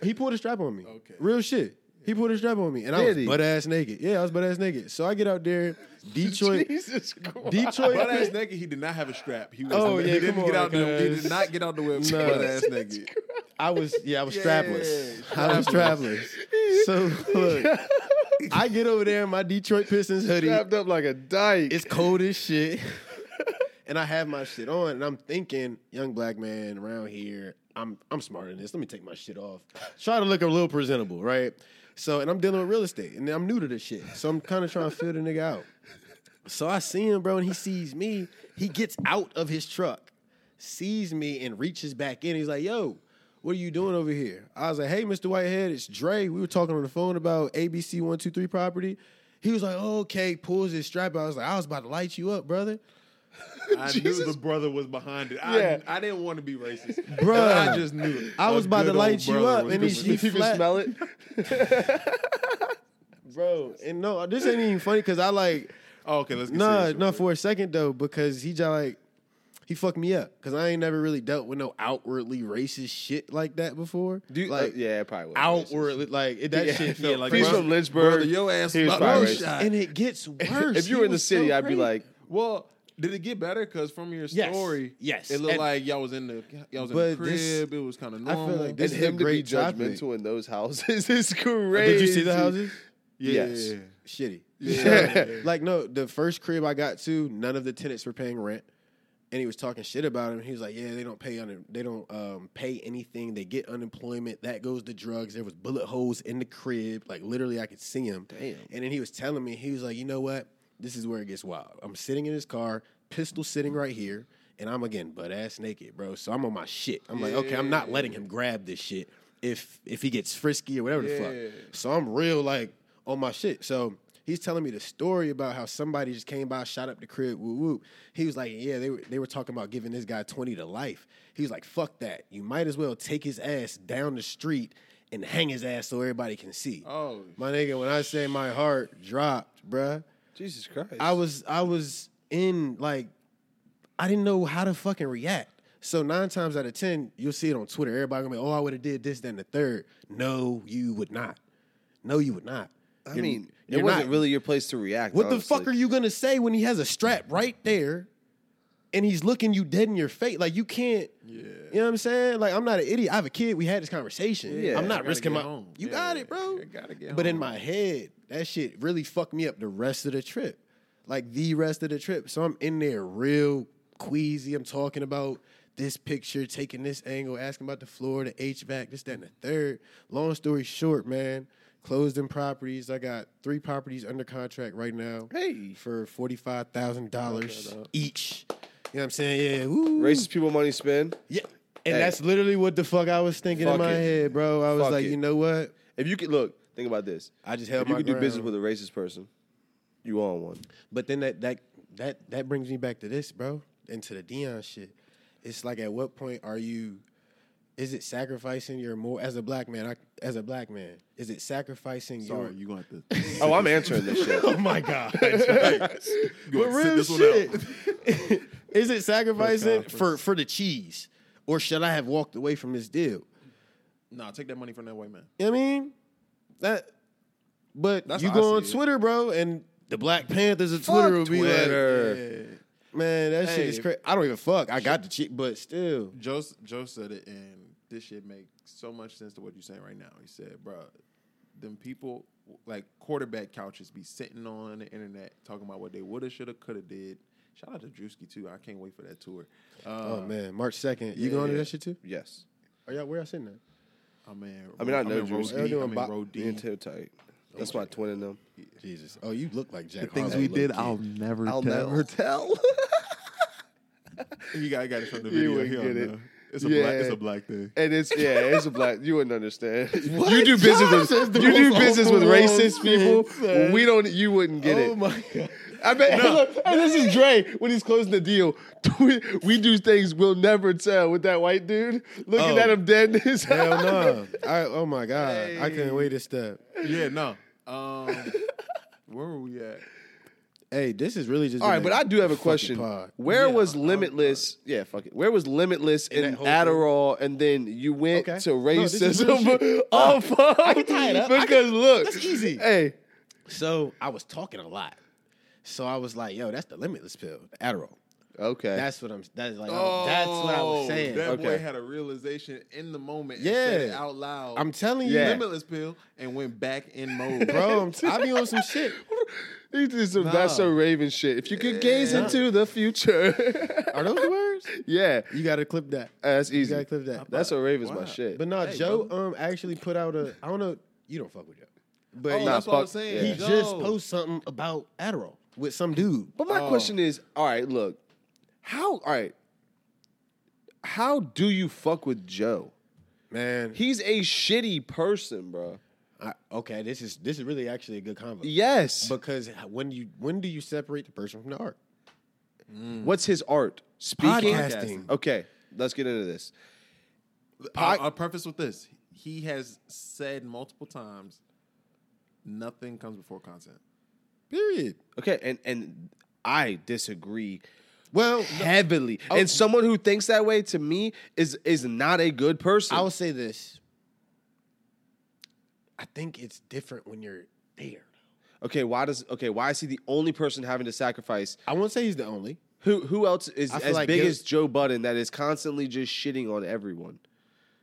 He pulled a strap on me. Okay. Real shit. He pulled a strap on me, and I Did was he? butt ass naked. Yeah, I was butt ass naked. So I get out there, Detroit. Jesus Christ. Detroit- Butt ass naked. He did not have a strap. He was. Oh, he yeah, didn't come get on, out the, He cuz. did not get out the web. No. Butt ass naked. I was yeah, I was Yeah, strapless. I was strapless. strapless. So look, I get over there in my Detroit Pistons hoodie. Wrapped up like a dyke. It's cold as shit. and I have my shit on, and I'm thinking, young black man around here, I'm I'm smarter than this. Let me take my shit off. Try to look a little presentable, right? So, and I'm dealing with real estate, and I'm new to this shit. So I'm kind of trying to fill the nigga out. So I see him, bro, and he sees me. He gets out of his truck, sees me, and reaches back in. He's like, yo, what are you doing over here? I was like, hey, Mr. Whitehead, it's Dre. We were talking on the phone about ABC 123 property. He was like, okay, pulls his strap out. I was like, I was about to light you up, brother. I knew Jesus. the brother was behind it. Yeah. I, I didn't want to be racist, Bruh. I just knew. It. I was A about to good old light you brother up, was and good he- with he it. If you flat. can smell it. Bro, and no, this ain't even funny because I like, Oh, okay, let's get nah, serious real no, quick. for a second though, because he just like, he fucked me up because I ain't never really dealt with no outwardly racist shit like that before. Do you, like, like, yeah, it probably was. outwardly, like it- that Yeah. shit No, felt like he's bro- from Lynchburg. brother, your ass He was about probably to racist. be shot. and it gets worse. If you He were in the was city, so I'd be crazy. like, Well, did it get better? Because from your Yes. story, Yes. it looked And- like y'all was in the y'all was in the But crib. this- it was kind of feel normal. like and this is a him to be great topic. judgmental in those houses is crazy. Did you see the houses? yeah. yes. Shitty. Yeah. So, like no, the first crib I got to, none of the tenants were paying rent, and he was talking shit about him. He was like, "Yeah, they don't pay under, they don't um, pay anything. They get unemployment. That goes to drugs. There was bullet holes in the crib. Like literally, I could see him. Damn. And then he was telling me, he was like, "You know what? This is where it gets wild. I'm sitting in his car, pistol sitting right here." And I'm again butt ass naked, bro. So I'm on my shit. I'm like, okay, I'm not letting him grab this shit if if he gets frisky or whatever the Yeah. fuck. So I'm real like on my shit. So he's telling me the story about how somebody just came by, shot up the crib, woo woo. He was like, yeah, they were they were talking about giving this guy twenty to life. He was like, fuck that. You might as well take his ass down the street and hang his ass so everybody can see. Oh, My nigga, when I say my heart dropped, bruh. Jesus Christ. I was I was in like I didn't know how to fucking react. So nine times out of ten, you'll see it on Twitter. Everybody gonna be, oh, I would have did this, then the third. No, you would not. No, you would not. I You're- mean, it you're wasn't not- really your place to react. What the honestly. fuck are you gonna say when he has a strap right there and he's looking you dead in your face? Like you can't. Yeah. You know what I'm saying? Like I'm not an idiot. I have a kid. We had this conversation. Yeah, I'm I not gotta risking get my. home. You Yeah, got it, bro. I gotta get But in home. my head, that shit really fucked me up the rest of the trip, like the rest of the trip. So I'm in there real queasy. I'm talking about this picture, taking this angle, asking about the floor, the HVAC, this, that, and the third. Long story short, man. Closed in properties. I got three properties under contract right now. Hey. for forty five thousand dollars each. You know what I'm saying? Yeah. Woo. Racist people money spend. Yeah. And Hey. that's literally what the fuck I was thinking Fuck in my it. head, bro. I was Fuck like, it. you know what? If you could look, think about this. I just held if you my could do business ground. with a racist person, you on one. But then that that that that brings me back to this, bro, and to the Dion shit. It's like at what point are you is it sacrificing your more as a black man, I, as a black man, is it sacrificing Sorry, your you gonna have to. Oh, I'm answering this shit. Oh my god. but gonna sit real this one shit. is it sacrificing Press for for the cheese or should I have walked away from this deal? nah, take that money from that white man. You know what I mean? That but That's you how I go on see it. Twitter, bro, and the Black Panthers of Twitter will be like Man, that shit is Hey. crazy. I don't even fuck. I got the cheat, but still. Joe, Joe said it, and this shit makes so much sense to what you're saying right now. He said, "Bruh, them people like quarterback couches be sitting on the internet talking about what they woulda, shoulda, coulda did, Shout out to Drewski too. I can't wait for that tour. Uh, oh man, March second. You yeah, going to yeah. that shit too? Yes. Are y'all where y'all sitting at? I mean, I mean, I I'm know in Row Drewski. D, They're doing I'm in bo- Row D. Me and Toe tight. That's my twin in them. Jesus. Oh, you look like Jack. The things Harlow, we low did, key. I'll never I'll tell. never tell. You got got it from the You video. wouldn't He'll get it. know. It's a Yeah. black. It's a black thing. and it's yeah, it's a black. You wouldn't understand. You do business with you do most business with overall racist people. sense. We don't. You wouldn't get it. Oh my god. I bet. Look, and this is Dre when he's closing the deal. We, we do things we'll never tell with that white dude Oh. looking at him dead in his Hell eye. no. I, oh my god. I couldn't wait to step. Yeah, no. Um, where were we at? Hey, this is really just All right, been but a I do have a fucking question. pod. Where Yeah, was I'm- I'm- Limitless? yeah, fuck it. Where was Limitless in, that whole Adderall, and then you went Okay. to No, this is real racism? oh, fuck! I can tie it up. I Because look, that's easy. Hey, So I was talking a lot. So I was like, yo, that's the limitless pill, Adderall. okay, That's what I'm. That's like. I- that's what I was Oh, saying. That Okay. boy had a realization in the moment. Yeah. and said it out loud. I'm telling you, Yeah. limitless pill and went back in mode, bro. I'm t- I be on some shit. he did some that's so Raven shit. If you could gaze Yeah. into the future, Are those the words? yeah, You got to clip that. that's You easy. got to clip that. That's so Raven's my Wow. shit. But nah, Hey, Joe um actually put out a. I don't know. You don't fuck with Joe, but Oh, he- Nah, that's what I fuck- was saying. yeah. he Yo. just posted something about Adderall with some dude. But my Oh. question is, all right, look, how, all right, how do you fuck with Joe? Man, He's a shitty person, bro. I, okay, this is this is really actually a good combo. Yes. But Because when you when do you separate the person from the art? what's his art? Speaking. Mm. Podcasting. Okay, let's get into this. I'll, I'll preface with this: he has said multiple times, nothing comes before content. Period. Okay, and and I disagree Well, Oh. heavily. And someone who thinks that way to me is is not a good person. I will say this. I think it's different when you're there. okay, why does okay, why is he the only person having to sacrifice? I won't say he's the only. Who who else is I feel as like big Gil- as Joe Budden that is constantly just shitting on everyone?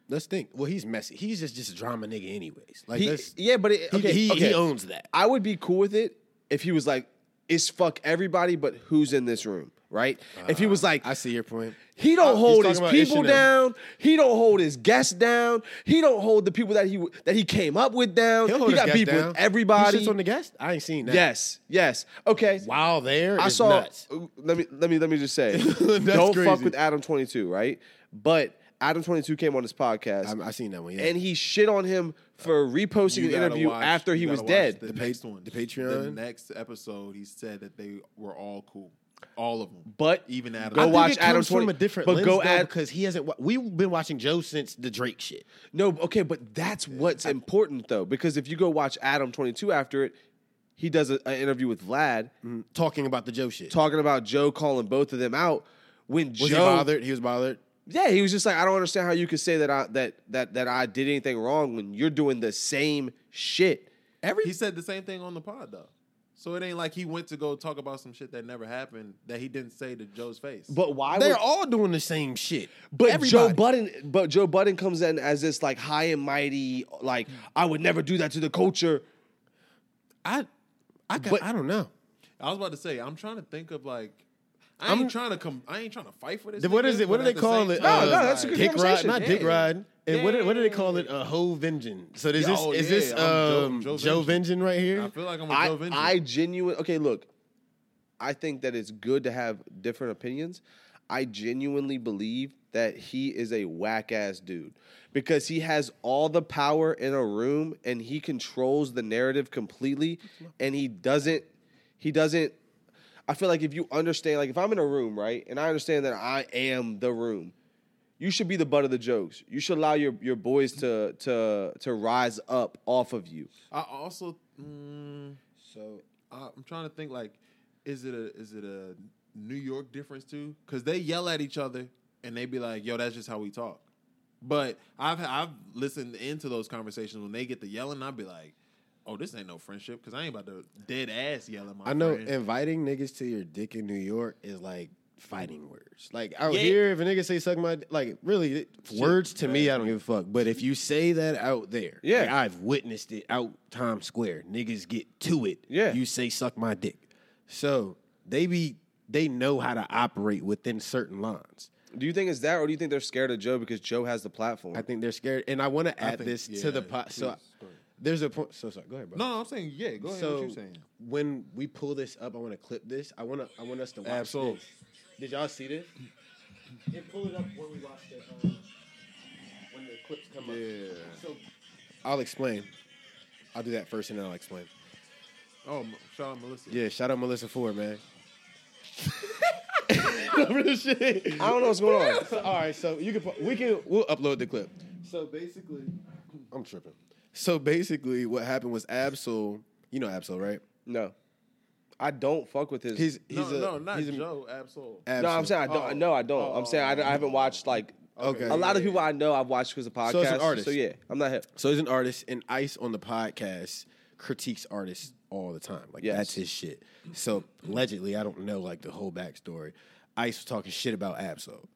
Let's think. Well, he's messy. He's just just a drama nigga, anyways. Like He- that's yeah, but it, he, okay, he, okay. he owns that. I would be cool with it if he was like, "It's fuck everybody, but who's in this room?" Right? if he was like, Uh, I see your point. he don't he's hold talking his about people Ishinem. down, he don't hold his guests down, he don't hold the people that he w- that he came up with down. He'll hold he his got guest beef down. with everybody. He shits on the guest. I ain't seen that. yes, yes, okay. While there, I it's saw. uh, nuts. Let me let me let me just say, That's don't fuck crazy. with Adam Twenty Two, right? But Adam Twenty Two came on this podcast. I, I seen that one. Yeah. and he shit on him for reposting You an gotta interview watch- after you he gotta was watch dead. The next one, the Patreon? the next episode, he said that they were all cool, all of them. But even Adam, go I I think watch it Adam comes 20 from a different but lens go though, add- because he hasn't. wa- We've been watching Joe since the Drake shit. No, okay, but that's what's important though, because if you go watch Adam 22 after it, he does a- an interview with Vlad Mm. Talking about the Joe shit. talking about Joe calling both of them out. When was Joe, he bothered? He was bothered. yeah, he was just like, I don't understand how you could say that I that that that I did anything wrong when you're doing the same shit. he said the same thing on the pod though. So it ain't like he went to go talk about some shit that never happened that he didn't say to Joe's face. But why? They're would- all doing the same shit. But Joe Everybody. Budden, but Joe Budden comes in as this like high and mighty, like I would never do that to the culture. I, I, got, But- I don't know. I was about to say, I'm trying to think of like, I I'm- ain't trying to come, I ain't trying to fight for this. Then what nigga, is it? What but do they at the call same it? Uh, time, No, no, that's a like, good dick ride, conversation. not dick Yeah. ride. And what, do- what do they call Yeah. it? A hoe vengeance. So is Yeah, this oh, is yeah, this I'm Joe- um, Joe, Joe Vengeance right I here? feel like I'm a Joe I, Vinci. I genuine. Okay, look, I think that it's good to have different opinions. I genuinely believe that he is a whack ass dude because he has all the power in a room and he controls the narrative completely, and he doesn't. He doesn't. I feel like if you understand, like if I'm in a room, right, and I understand that I am the room, you should be the butt of the jokes. You should allow your your boys to to to rise up off of you. I also, mm, So I- I'm trying to think like, is it a is it a New York difference too? Because they yell at each other and they be like, "Yo, that's just how we talk." But I've I've listened into those conversations when they get to yelling, I'll be like, "Oh, this ain't no friendship," because I ain't about to dead ass yell at my. I know friend. inviting niggas to your dick in New York is like fighting words. Like out Yeah. here, if a nigga say suck my, d- like really, it- words to me, I don't give a fuck. But if you say that out there, Yeah. like, I've witnessed it out Times Square. Niggas get to it. Yeah. you say suck my dick. So they be they know how to operate within certain lines. Do you think it's that, or do you think they're scared of Joe because Joe has the platform? I think they're scared, and I want to add think- this yeah, to the pot. So please, I- there's a point. So sorry. Go ahead, bro. No, I'm saying yeah. Go ahead. so what you saying? when we pull this up, I want to clip this. I want to. I want us to watch Absolutely. this. Did y'all see this? And pull it up when we watch the um, when the clips come up. Yeah. So I'll explain. I'll do that first, and then I'll explain. Oh, M- shout out Melissa. Yeah, shout out Melissa Ford, man. I don't know what's going on. All right, so you can pu- we can we'll upload the clip. So basically, I'm tripping. So basically, what happened was Absol. You know Absol, right? No, I don't fuck with his. He's he's No, a, no, not he's a, Joe. Absol. Absol. no, I'm saying I don't. Oh. No, I don't. I'm saying I, don't- I haven't watched like Okay. a lot of people I know I've watched because of podcasts. So it's an artist. So yeah, I'm not hip. So he's an artist, and Ice on the podcast critiques artists all the time. Like Yes. that's his shit. So allegedly, I don't know like the whole backstory. Ice was talking shit about Absol.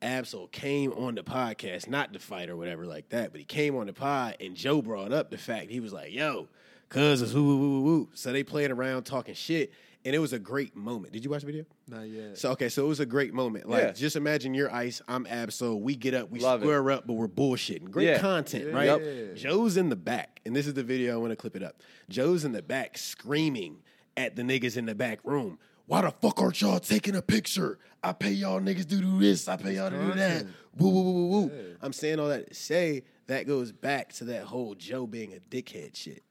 Absol came on the podcast, not the fight or whatever like that, but he came on the pod, and Joe brought up the fact he was like, "Yo, cuz is woo woo woo woo." woo." So they played around talking shit, and it was a great moment. Did you watch the video? Not yet. So okay, so it was a great moment. Like Yeah. just imagine you're ice, I'm Absol. We get up, we Love it. square up, but we're bullshitting. Great Yeah. content, Yeah. right? Yup. Joe's in the back, and this is the video I want to clip it up. Joe's in the back screaming at the niggas in the back room. Why the fuck aren't y'all taking a picture? I pay y'all niggas to do this. I pay y'all to do that. Woo woo woo woo woo. I'm saying all that to say that goes back to that whole Joe being a dickhead shit.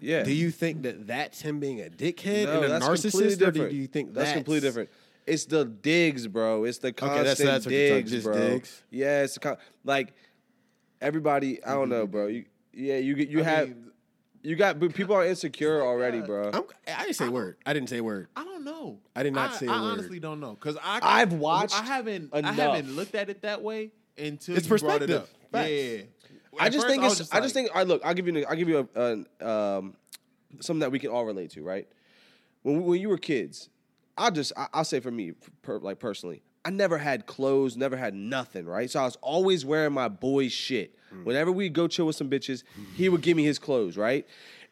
Yeah. Do you think that that's him being a dickhead No, and a that's completely narcissist, or do- different. do you think that's, completely different? It's the digs, bro. It's the constant that's- that's what you're talking- digs, just bro. digs? Yeah, it's con- like everybody. I don't know, bro. You, yeah, you get you have mean- you got but people are insecure already, bro. I'm, I didn't say a word. I didn't say a word. I don't know. I did not I, say a I word. honestly don't know because I I've watched I haven't I enough. haven't looked at it that way until It's you brought it perspective. up. Facts. Yeah. I At just first, think was it's. I just like, think. All right, look, I'll give you. an- I'll give you a, an um, something that we can all relate to, right? When we- when you were kids, I'll just. I, I'll say for me, per, like personally, I never had clothes, never had nothing, right? So I was always wearing my boy's shit. Hmm. Whenever we go chill with some bitches, he would give me his clothes, right?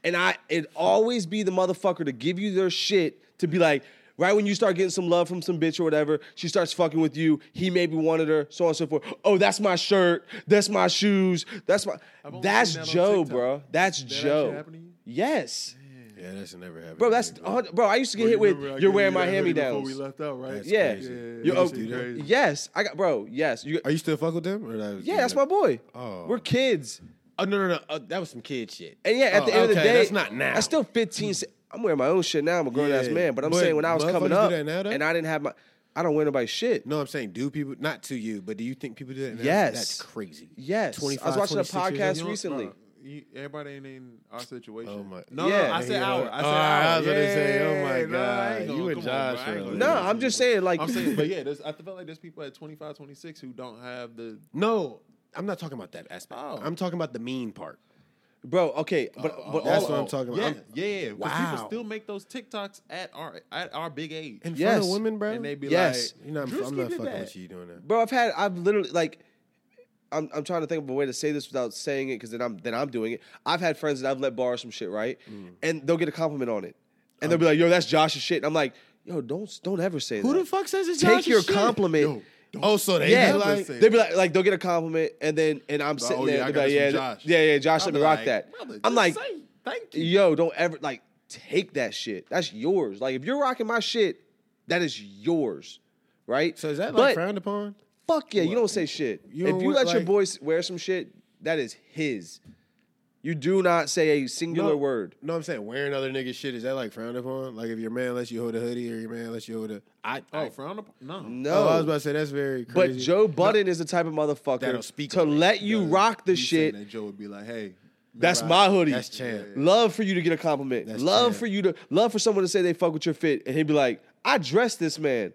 And I, it'd always be the motherfucker to give you their shit to be like. Right when you start getting some love from some bitch or whatever, she starts fucking with you. He maybe wanted her, so on and so forth. Oh, that's my shirt. That's my shoes. That's my. only That's seen that on Joe, TikTok. bro. That's that actually Joe. happen to you? Yes, Yeah, that's never happened. bro. That's a hundred- bro. I "Oh, used to get hit with. You're wearing my hand me down. Before we downs. left out, right? That's Yeah. crazy. Yeah, You're yeah, oh, yeah, yeah. Crazy. Yes, I got bro. Yes, you. Are you still fuck with them? Or that was- Yeah, that's my boy. Oh. We're kids, Oh no no no! Uh, that was some kid shit. and yeah, at Oh, the end of the okay, day, that's not now. I still 15. se- I'm wearing my own shit now. I'm a grown ass Yeah, man, but I'm but saying when I was motherfuckers coming do up, that now, though? and I didn't have my. I don't wear nobody's shit. No, I'm saying do people not to you, but do you think people do that? Now? Yes. that's crazy. Yes, I 25, was watching a 26 years podcast old. recently. Bro, you- everybody ain't in our situation. Oh my- No, Yeah. no, I said Yeah. our. I said Oh, our. I was gonna say, oh my Yeah, no, I ain't God. gonna- You and come on, Josh bro, I ain't are gonna No, do that I'm to just you. saying, like, I'm saying, but yeah, there's, I feel like there's people at 25, 26 who don't have the. No, I'm not talking about that aspect. Oh. I'm talking about the mean part. bro. Okay, but but Oh, that's all- oh, what I'm talking about. Yeah, I'm- yeah. Because Wow. people still make those TikToks at our at our big age, In Yes. front of women, bro. and they be Yes. like, you know, I'm, I'm "Drewski not did fucking that." with you doing that. bro i've had i've literally like I'm, I'm trying to think of a way to say this without saying it because then i'm then i'm doing it i've had friends that i've let borrow some shit right Mm. and they'll get a compliment on it and Um, they'll be like yo that's josh's shit and i'm like yo don't don't ever say that Who the fuck says it's take Josh's your shit? compliment Oh, so they yeah, be never like, say they'll be like, like they'll get a compliment, and then and I'm sitting oh, there, yeah, I they'll be got like, this from yeah, Josh. yeah, yeah, Josh, I'll let be me rock like, that. "Brother, I'm just like, say thank you. yo, don't ever like take that shit. That's yours. Like if you're rocking my shit, that is yours, right? So is that But- like frowned upon? Fuck yeah, you don't say shit. You if don't you let want, your like- boys wear some shit, that is his. You do not say a singular word. No, I'm saying wearing other niggas shit is that like frowned upon? Like if your man lets you hold a hoodie or your man lets you hold a I "Oh, I- frown upon." No, No. Oh, I was about to say that's very crazy. but Joe Budden is the type of motherfucker That'll speak to on it. let you rock the You saying shit. That Joe would be like, "Hey, That's remember I- my hoodie. That's champ. Love for you to get a compliment. That's love champ. for you to love for someone to say they fuck with your fit, and he'd be like, "I dressed this man."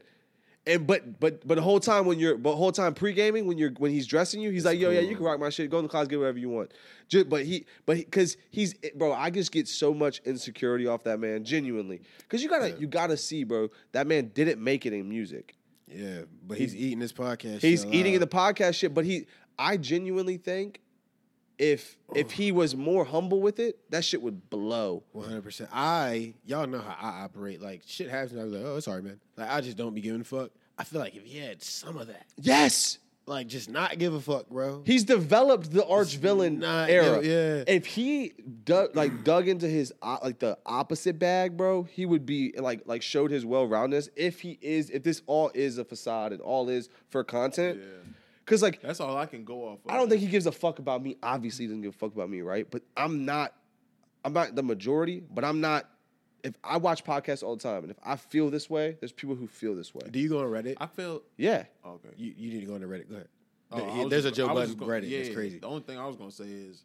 And but but but the whole time when you're but whole time pre gaming when you're when he's dressing you, he's like, "Yo, yeah, you can rock my shit. Go in the closet, get whatever you want." Just, but he but because he's bro, I just get so much insecurity off that man, genuinely. Because you gotta you gotta see, bro, that man didn't make it in music. Yeah, but he's eating this podcast. He's shit eating in the alive. podcast shit, but he I genuinely think if if he was more humble with it, that shit would blow. One hundred percent. I y'all know how I operate. Like shit happens. and I was like, oh, it's all right, man. Like I just don't be giving a fuck. I feel like if he had some of that, Yes, like just not give a fuck, bro. he's developed the arch villain not- era. yeah, yeah. If he dug, like dug into his o- like the opposite bag, bro, he would be like like showed his well roundness. If he is, if this all is a facade and all is for content, because like That's all I can go off. of. I don't think he gives a fuck about me. Obviously, he doesn't give a fuck about me, right? But I'm not, I'm not the majority. But I'm not. If I watch podcasts all the time, and if I feel this way, there's people who feel this way. Do you go on Reddit? I feel Yeah, okay. you, you need to go on the Reddit. Go ahead. Oh, I There- was There's just- a Joe I was Budden just gonna- Reddit. yeah, it's yeah. crazy. The only thing I was gonna say is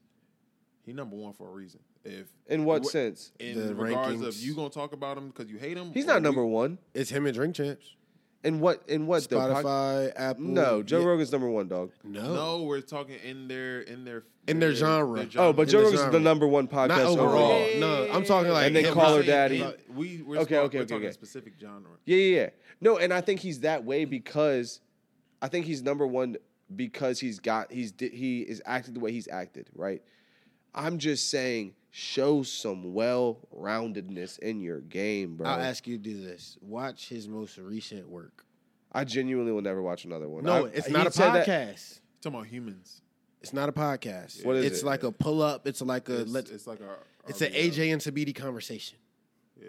he number one for a reason. If In what wh- sense? In The regards of rankings. you gonna talk about him because you hate him. he's or not we- number one. It's him and Drink Champs. In what? In what? though? Pod- Spotify, Apple. no, Joe yeah, Rogan's number one dog. No. No, we're talking in their in their In their genre. Oh, but In Joe the Rogan's the genre. number one podcast Not overall. overall. Yeah, No, I'm talking like And then hip-hop. Call Her Saying Daddy. in- We we're, Okay, talking- okay, we're okay, talking okay. specific genre. yeah, yeah. No, and I think he's that way because I think he's number one because he's got he's di- he is acted the way he's acted. Right. I'm just saying, show some well-roundedness in your game, bro. I'll I, ask you to do this. Watch his most recent work. genuinely will never watch another one. No, I- it's he not a said that- podcast. We're talking about humans. It's not a podcast. What is it's it? like a pull up. It's like a It's, let's. it's like our. It's an AJ and Sabidi conversation. Yeah.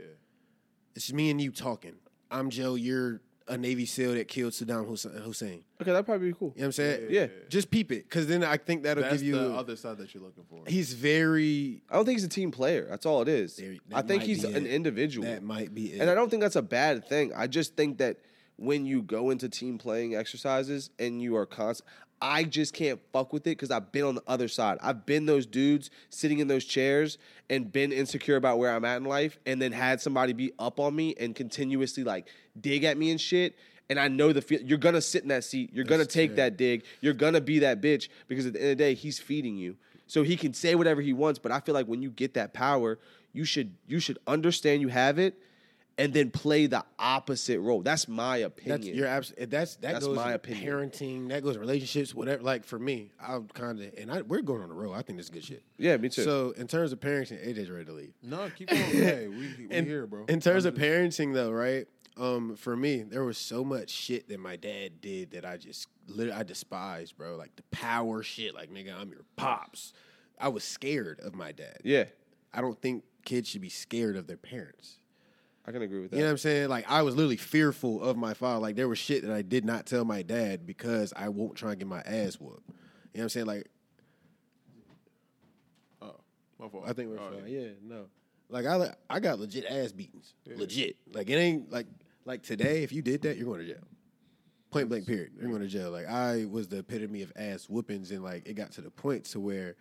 It's me and you talking. I'm Joe. You're a Navy SEAL that killed Saddam Hussein. Hussein. Okay, that'd probably be cool. You know what I'm saying? Yeah. Just peep it, because then I think that'll That's give you. the other side that you're looking for. he's very. I don't think he's a team player. That's all it is. There- I that think might he's be an it. individual. That might be it. And I don't think that's a bad thing. I just think that when you go into team playing exercises and you are constant, I just can't fuck with it because I've been on the other side. I've been those dudes sitting in those chairs and been insecure about where I'm at in life, and then had somebody be up on me and continuously like dig at me and shit. And I know the feel. You're gonna sit in that seat. You're gonna take that dig. You're gonna be that bitch because at the end of the day, he's feeding you. So he can say whatever he wants. But I feel like when you get that power, you should you should understand you have it and then play the opposite role. That's my opinion. That's your abs- that's that That's goes my my opinion. parenting, that goes relationships, whatever. Like for me, I'm kind of and I, we're going on the road. I think this is good shit. yeah, me too. So in terms of parenting, AJ's ready to leave. no, keep going. Hey, we, we In- here, bro. In terms I'm of parenting, though, right? Um, for me, there was so much shit that my dad did that I just literally I despised, bro. Like the power shit. Like nigga, I'm your pops. I was scared of my dad. yeah, I don't think kids should be scared of their parents. I can agree with that. You know what I'm saying? Like I was literally fearful of my father. Like there was shit that I did not tell my dad because I won't try and get my ass whooped. You know what I'm saying? Like Oh, my fault. I think we're Oh, fine. Yeah, no. Like I le- I got legit ass beatings. Legit. Like it ain't like like today if you did that you're going to jail. Point blank period. You're going to jail. Like I was the epitome of ass whoopings and like it got to the point to where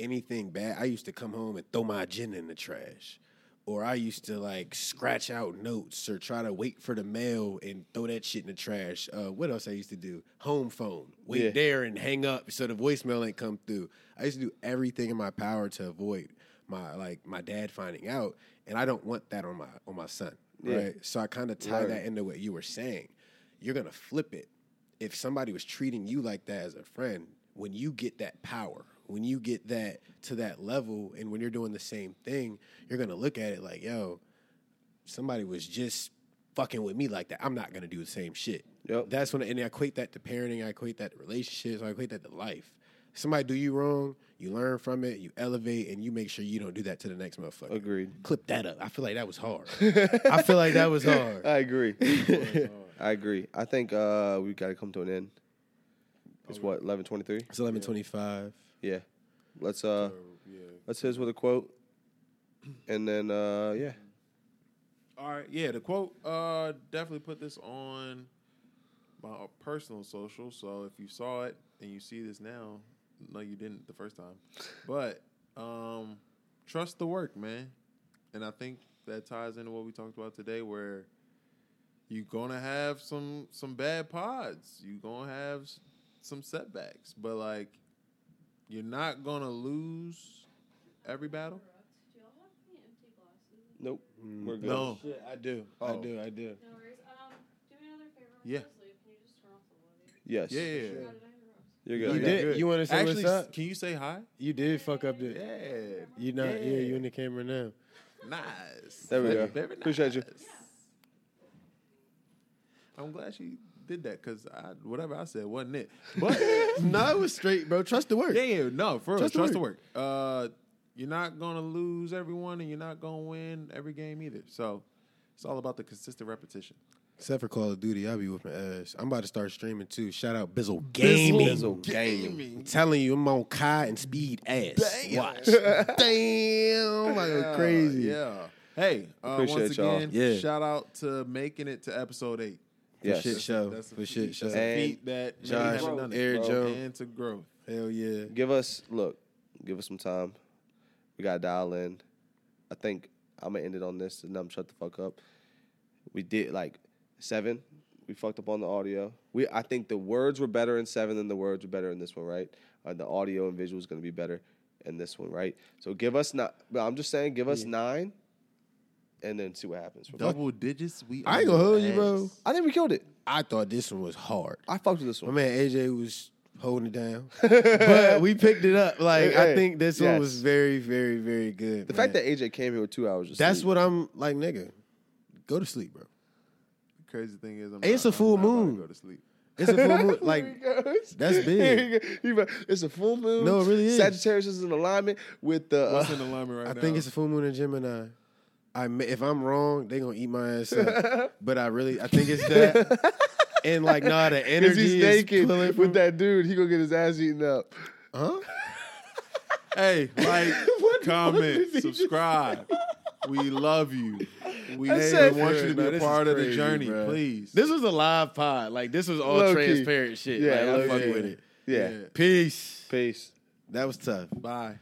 anything bad I used to come home and throw my agenda in the trash. Or I used to like scratch out notes or try to wait for the mail and throw that shit in the trash. Uh, what else I used to do? Home phone. Wait Yeah. there and hang up so the voicemail ain't come through. I used to do everything in my power to avoid my like my dad finding out, and I don't want that on my on my son, right? So I kind of tie that into what you were saying. You're gonna flip it if somebody was treating you like that as a friend. When you get that power, when you get that to that level, and when you're doing the same thing, you're gonna look at it like, yo, somebody was just fucking with me like that, I'm not gonna do the same shit. Yep. That's when and I equate that to parenting, I equate that to relationships, I equate that to life. Somebody do you wrong, you learn from it, you elevate, and you make sure you don't do that to the next motherfucker. Agreed. Clip that up. I feel like that was hard. I feel like that was hard. I agree. I agree. I think uh, we got to come to an end. It's what eleven twenty three. It's eleven twenty five. Yeah, let's uh, Yeah. let's hit us with a quote, and then uh, yeah, All right. Yeah, the quote. Uh, definitely put this on my personal social. So if you saw it and you see this now, no, you didn't the first time. But um, trust the work, man. And I think that ties into what we talked about today, where you're gonna have some some bad pods. You're gonna have s- some setbacks, but like you're not gonna lose every battle. Do y'all have any nope, empty glasses? we're good. No. Mm. Shit, I do. I Oh. do, I do. No worries. Um, do me another favor. When Yeah. you guys leave, can you just turn off the lighting? Yes. Yeah. Or did I interrupt? You're You good. did. You wanna say what's Actually, up? Can you say hi? You did fuck up the. Yeah. You not. Yeah. Yeah. you in the camera now. Nice. There we Very- go. very Appreciate you. nice. I'm glad she did that because I, whatever I said wasn't it. But no, it was straight, bro. Trust the work. yeah, yeah, no, for real, Trust the trust the work. Uh, you're not gonna lose everyone, and you're not gonna win every game either. So it's all about the consistent repetition. Except for Call of Duty, I'll be whooping ass. I'm about to start streaming too. Shout out Bizzle Gaming. Bizzle Gaming. I'm telling you, I'm on Kai and Speed ass. Watch. Damn, like a crazy. Yeah. Hey, uh, once Appreciate y'all. again, Yeah. shout out to making it to episode eight. Yes. Shit show. That's a For feat. shit show. That's a And feat that many Josh, haven't done it. Air Joe. and to growth. Hell yeah. Give us look. Give us some time. We gotta dial in. I think I'm gonna end it on this and I'm shut the fuck up. We did like seven. We fucked up on the audio. We I think the words were better in seven than the words were better in this one, right? Uh, the audio and visual is gonna be better in this one, right? So give us not. But I'm just saying, give us nine, and then see what happens. from there. Double digits. We I ain't on gonna hold your you, bro. ass. I think we killed it. I thought this one was hard. I fucked with this My one. man AJ was holding it down, but we picked it up. Like I Hey, think this yes. one was very, very, very good. The fact that AJ came here with two hours. Of that's sleep. what I'm like, nigga. Go to sleep, bro. Crazy thing is, I'm It's not- a full I'm not about to moon. Go to sleep. It's a full moon. Here Like he goes. that's big. Here he go- he go- It's a full moon. No, it really is. Sagittarius is in alignment with the. What's uh, in alignment right I now? think it's a full moon in Gemini. I may, if I'm wrong, they gonna eat my ass up. but I really, I think it's that. and like, nah, the 'cause energy he's is naked pulling with from- that dude. He gonna get his ass eaten up. Huh? Hey, like, What the fuck did comment, he just subscribe. we love you. We That's hey, it. we want you to No, be a this part is of the crazy, journey, bro. please. This was a live pod. Like this was all Low-key. transparent shit. Yeah, Yeah, like, I low-key. fuck with it. Yeah. Yeah. Peace. Peace. That was tough. Bye.